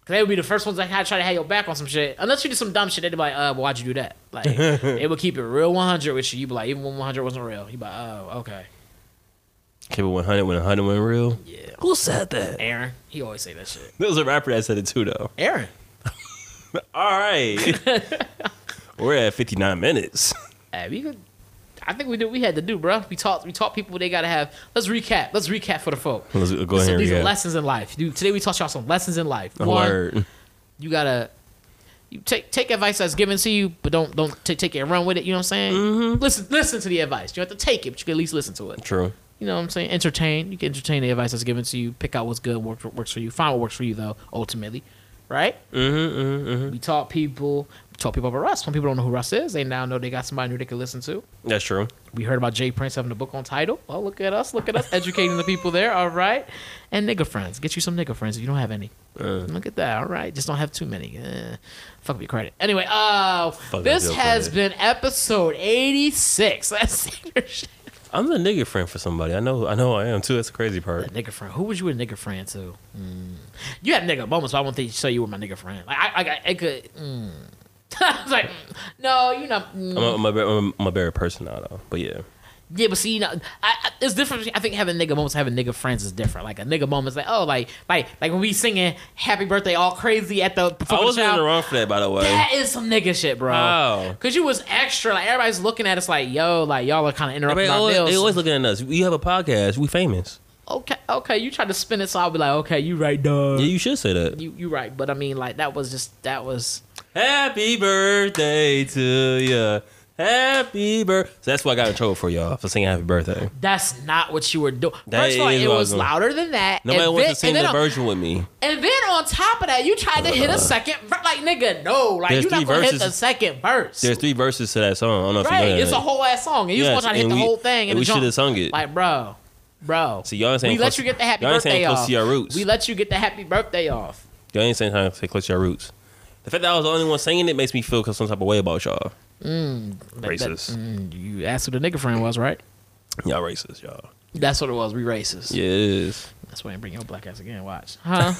S1: Cause they would be the first ones that had to try to have your back on some shit. Unless you do some dumb shit, they'd be like, "Uh, well, why'd you do that?" Like, they would keep it real 100 with you. You'd be like, even when 100 wasn't real, you'd be like, "Oh, okay."
S2: Keep it 100 when 100 went real.
S1: Yeah.
S2: Who said that?
S1: Aaron, he always say that shit.
S2: There was a rapper that said it too, though.
S1: Aaron.
S2: All right. We're at 59 minutes.
S1: Hey, we could. I think we did. We had to do, bro. We taught. We taught people they gotta have. Let's recap. Let's recap for the folk.
S2: Let's go
S1: This-
S2: ahead and
S1: these are
S2: recap.
S1: lessons in life, dude. Today we taught y'all some lessons in life. One,
S2: Word.
S1: you gotta you take take advice that's given to you, but don't don't t- take it and run with it. You know what I'm saying?
S2: Mm-hmm.
S1: Listen, listen to the advice. You don't have to take it, but you can at least listen to it.
S2: True.
S1: You know what I'm saying? Entertain. You can entertain the advice that's given to you. Pick out what's good, what works for you. Find what works for you though. Ultimately, right?
S2: Mm-hmm, Mm.
S1: We taught people. We taught people about Russ. When people don't know who Russ is, they now know they got somebody who they can listen to.
S2: That's true.
S1: We heard about Jay Prince having a book on title. Well, look at us, look at us, educating the people there. All right, and nigga friends, get you some nigga friends if you don't have any.
S2: Uh.
S1: Look at that. All right, just don't have too many. Eh, fuck up your credit. Anyway, uh,
S2: up
S1: this
S2: your
S1: has
S2: credit.
S1: been episode eighty six. That's nigga
S2: I'm the nigga friend for somebody. I know I know I am too. That's the crazy part.
S1: friend. Who was you a nigga friend to? Mm. You had nigga moments, but I won't think so you were my nigga friend. Like I, I, I could. Mm. I was like, mm, no, you know. hmm.
S2: I'm a, I'm a, better- I'm a better person now, though. But yeah.
S1: Yeah, but see, you know, I, I, it's different. I think having nigga moments, having nigga friends is different. Like a nigga moment's like, oh, like, like, like when we singing "Happy Birthday" all crazy at the.
S2: I wasn't in
S1: shower,
S2: the wrong for that, by the Oh. way.
S1: That is some nigga shit, bro.
S2: Wow.
S1: Cause you was extra. Like everybody's looking at us, like, yo, like y'all are kind of interrupting
S2: Everybody
S1: our
S2: always,
S1: meals.
S2: they always looking at us. We have a podcast. We famous.
S1: okay, okay, you tried to spin it, so I'll be like, okay, you right, dog.
S2: Yeah, you should say that.
S1: you you right, but I mean, like that was just that was.
S2: Happy birthday to ya. Happy birthday. So that's why I got in trouble for y'all for singing happy birthday.
S1: That's not what you were doing.
S2: That
S1: First of all,
S2: is
S1: it
S2: what I
S1: was
S2: was doing.
S1: louder than that.
S2: Nobody
S1: and
S2: wants
S1: then-
S2: to sing
S1: and then
S2: the
S1: on-
S2: version with me.
S1: And then on top of that, you tried to hit a second verse. Like, nigga, no. Like,
S2: Uh. There's
S1: you're not
S2: three
S1: going to hit
S2: verses.
S1: the second verse.
S2: There's three verses to that song. I don't know if
S1: right.
S2: you know that.
S1: It's a whole ass song. And you
S2: Yes,
S1: just want to hit
S2: and
S1: the
S2: we-
S1: whole thing.
S2: and
S1: And
S2: we
S1: the jump.
S2: shoulda sung it.
S1: Like, bro. Bro.
S2: See, y'all ain't saying
S1: we let
S2: close-
S1: you get the happy
S2: y'all ain't saying
S1: birthday
S2: close to
S1: off.
S2: your roots.
S1: We let you get the happy birthday off.
S2: Y'all ain't saying trying to stay close to your roots. The fact that I was the only one singing it makes me feel some type of way about y'all.
S1: Like that-
S2: Racist.
S1: mm, you asked who the nigga friend was, right?
S2: Y'all racist, y'all.
S1: That's what it was. We racist.
S2: Yeah, it is.
S1: That's why I didn't bring your black ass again. Watch. Huh?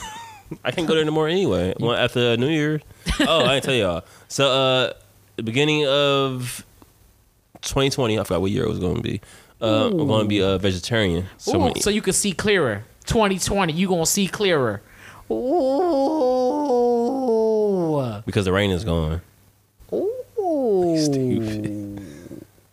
S2: I can't go there anymore anyway. Well, after New Year. Oh, I didn't tell y'all. So, uh, the beginning of 2020, I forgot what year it was going to be. Uh, I'm going to be a vegetarian. So,
S1: Ooh,
S2: I'm gonna
S1: so you can see clearer. 2020, you going to see clearer. Ooh.
S2: because the rain is gone.
S1: Ooh.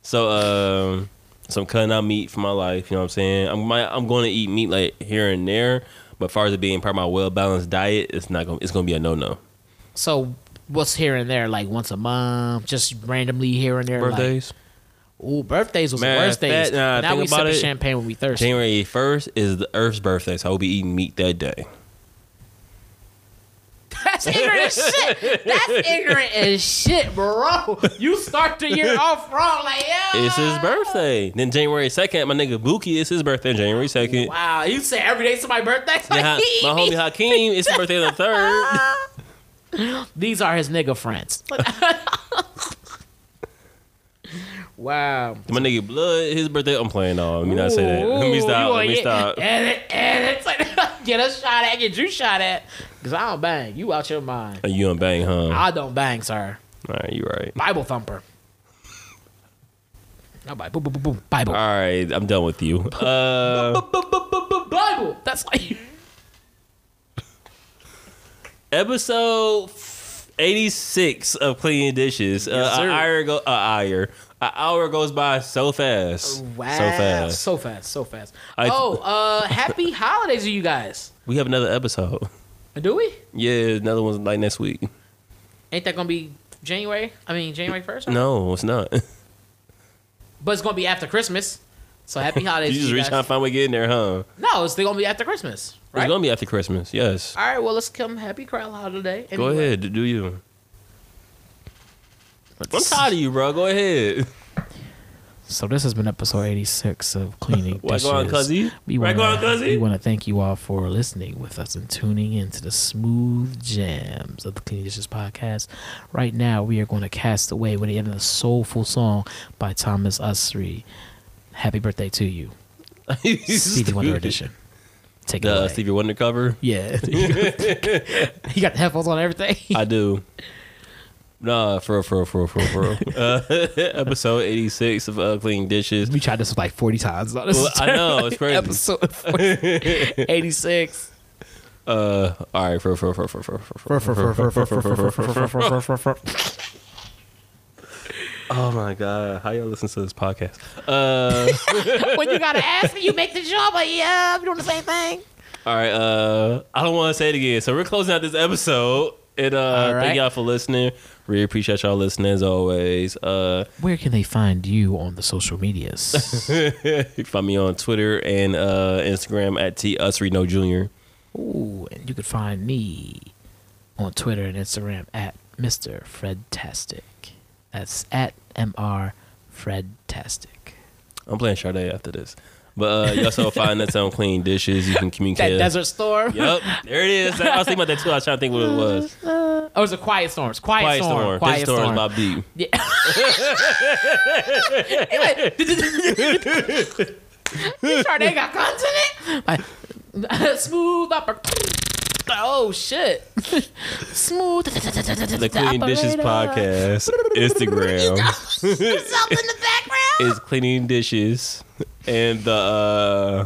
S2: So um so I'm cutting out meat for my life, you know what I'm saying? I'm my, I'm gonna eat meat like here and there, but as far as it being part of my well balanced diet, it's not gonna it's gonna be a no no.
S1: So what's here and there, like once a month, just randomly here and there.
S2: Birthdays.
S1: Like, ooh, birthdays was
S2: Matter
S1: the
S2: of
S1: worst days.
S2: fact, nah,
S1: now
S2: think
S1: we
S2: about
S1: sipping
S2: it.
S1: champagne when we thirsty.
S2: January first is the Earth's birthday, so I will be eating meat that day.
S1: That's ignorant as shit. That's ignorant as shit, bro. You start the year off wrong, like yeah.
S2: It's his birthday. Then January second, my nigga Buki, it's his birthday. January second.
S1: Wow, you say every day's my birthday. Like,
S2: Then ha- my homie Hakeem, it's his birthday on the third.
S1: These are his nigga friends. wow.
S2: My nigga Blood, his birthday. I'm playing. No, let me not say that. Let
S1: Ooh,
S2: me
S1: you
S2: stop.
S1: wanna
S2: Let me
S1: get-
S2: stop.
S1: And it, and it's like, get us shot at, get you shot at. Because I don't bang. You out your mind.
S2: Oh, You on bang, huh? All
S1: I don't bang, sir.
S2: right, you right.
S1: Bible thumper. Nobody. Boom, boom, boom, boom. Bible.
S2: All right, I'm done with you. Uh,
S1: Bible. That's like
S2: episode 86 of Cleaning Dishes.
S1: Yes,
S2: uh, an
S1: sir.
S2: hour go, uh, hour, an hour goes by so fast, so fast.
S1: so fast, so fast.
S2: I-
S1: oh, uh, happy holidays to you guys.
S2: We have another episode.
S1: Do we?
S2: Yeah, another one's like next week.
S1: Ain't that gonna be January? I mean January first.
S2: No, it's not.
S1: but it's gonna be after Christmas. So happy
S2: You
S1: holidays.
S2: just
S1: to you
S2: reach out
S1: guys.
S2: and find a way to get in there, huh?
S1: No, it's gonna be after Christmas, right?
S2: It's gonna be after Christmas. Yes.
S1: All right, well let's come happy crowd holiday.
S2: Go
S1: Anyway,
S2: ahead, do you? I'm
S1: let's-
S2: tired of you, bro. Go ahead.
S1: So this has been episode 86 of Cleaning
S2: Why
S1: Dishes.
S2: go on, cuzzy?
S1: We
S2: Why
S1: want
S2: go on,
S1: to
S2: cuzzy?
S1: we want to thank you all for listening with us and tuning in to the smooth jams of the Cleaning Dishes podcast. Right now, we are going to cast away with another soulful song by Thomas Usry. Happy birthday to you, Stevie Wonder edition. Take it
S2: The
S1: away.
S2: uh, Stevie Wonder cover.
S1: Yeah, you got the headphones on and everything.
S2: I do. Nah, for real, for real, for real, for real, for real. uh, episode eighty six of uh, cleaning dishes.
S1: we tried this like 40 times. This
S2: Well,
S1: is
S2: I know it's crazy.
S1: episode 86.
S2: Uh, all right, for real, for real, for real, for real, for real, for real, for real, for real, for real, for real, for real, for real. Oh my god, how y'all listen to this podcast? Uh,
S1: when you gotta ask me, you make the job. Like, yeah, I'm doing the same thing.
S2: all right. Uh, I don't want to say it again. So we're closing out this episode. And uh,
S1: All right.
S2: thank y'all for listening. Really appreciate y'all listening as always. Uh,
S1: Where can they find you on the social medias?
S2: you can find me on Twitter and uh, Instagram at T Usreno Jr.
S1: Ooh, and you can find me on Twitter and Instagram at Mr. Fredtastic. That's at Mr. Fredtastic.
S2: I'm playing Sade after this. But uh, you also find us on Clean Dishes. You can
S1: That
S2: communicate.
S1: desert storm.
S2: Yep, there it is. I was thinking about that too. I was trying to think what it was.
S1: Oh, it's a quiet storm. It's quiet,
S2: Quiet
S1: storm.
S2: Storm.
S1: Quiet
S2: This storm
S1: storm.
S2: is Bob D.
S1: You sure they got guns in it? Like, smooth upper. Oh shit! Smooth.
S2: The Clean Dishes podcast. Instagram
S1: Something in the background.
S2: is Cleaning Dishes, and the uh,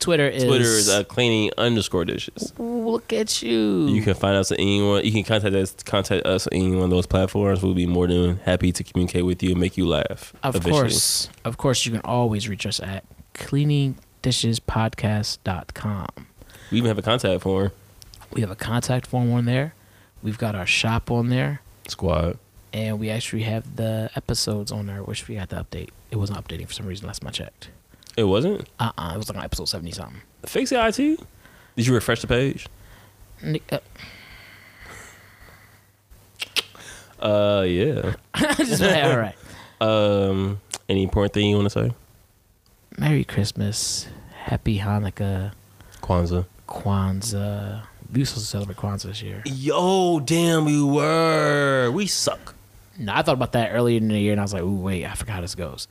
S1: Twitter is
S2: Twitter is uh, Cleaning underscore Dishes.
S1: Ooh, look at you.
S2: You can find us on anyone. You can contact us. Contact us on any one of those platforms. We'll be more than happy to communicate with you and make you laugh.
S1: of
S2: eventually.
S1: course, of course, you can always reach us at cleaningdishespodcast.com.
S2: we even have a contact form.
S1: We have a contact form on there. We've got our shop on there,
S2: Squad.
S1: and we actually have the episodes on there, which we got to update. It wasn't updating for some reason last time I checked.
S2: It wasn't.
S1: Uh uh it was like on episode seventy something.
S2: Fix the IT. Did you refresh the page?
S1: Nick, uh,
S2: Uh, yeah.
S1: just- all right.
S2: Um, any important thing you want to say?
S1: Merry Christmas, Happy Hanukkah,
S2: Kwanzaa.
S1: Kwanzaa. We were supposed to celebrate Kwanzaa this year.
S2: Yo, damn, we were. We suck.
S1: No, I thought about that earlier in the year, and I was like, "Ooh, wait, I forgot how this goes."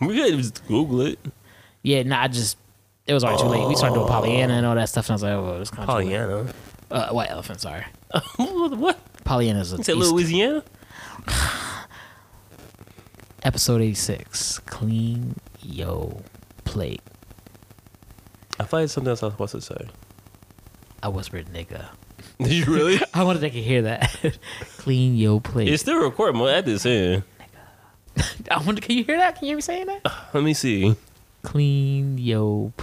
S2: We could just Google it.
S1: Yeah, no, I just it was already too late. We started doing Pollyanna and all that stuff, and I was like, "Oh, this kind of
S2: Pollyanna.
S1: uh, white elephant." Sorry,
S2: what?
S1: Pollyanna is
S2: You said
S1: a
S2: Louisiana?
S1: episode eighty six. Clean yo plate.
S2: I thought it's something else I was supposed to say.
S1: I whispered nigga.
S2: Did you really?
S1: I wanted to hear that. Clean your plate.
S2: It's still recording. but at this end.
S1: I wonder, can you hear that? Can you hear me saying that?
S2: Let me see.
S1: Clean your plate.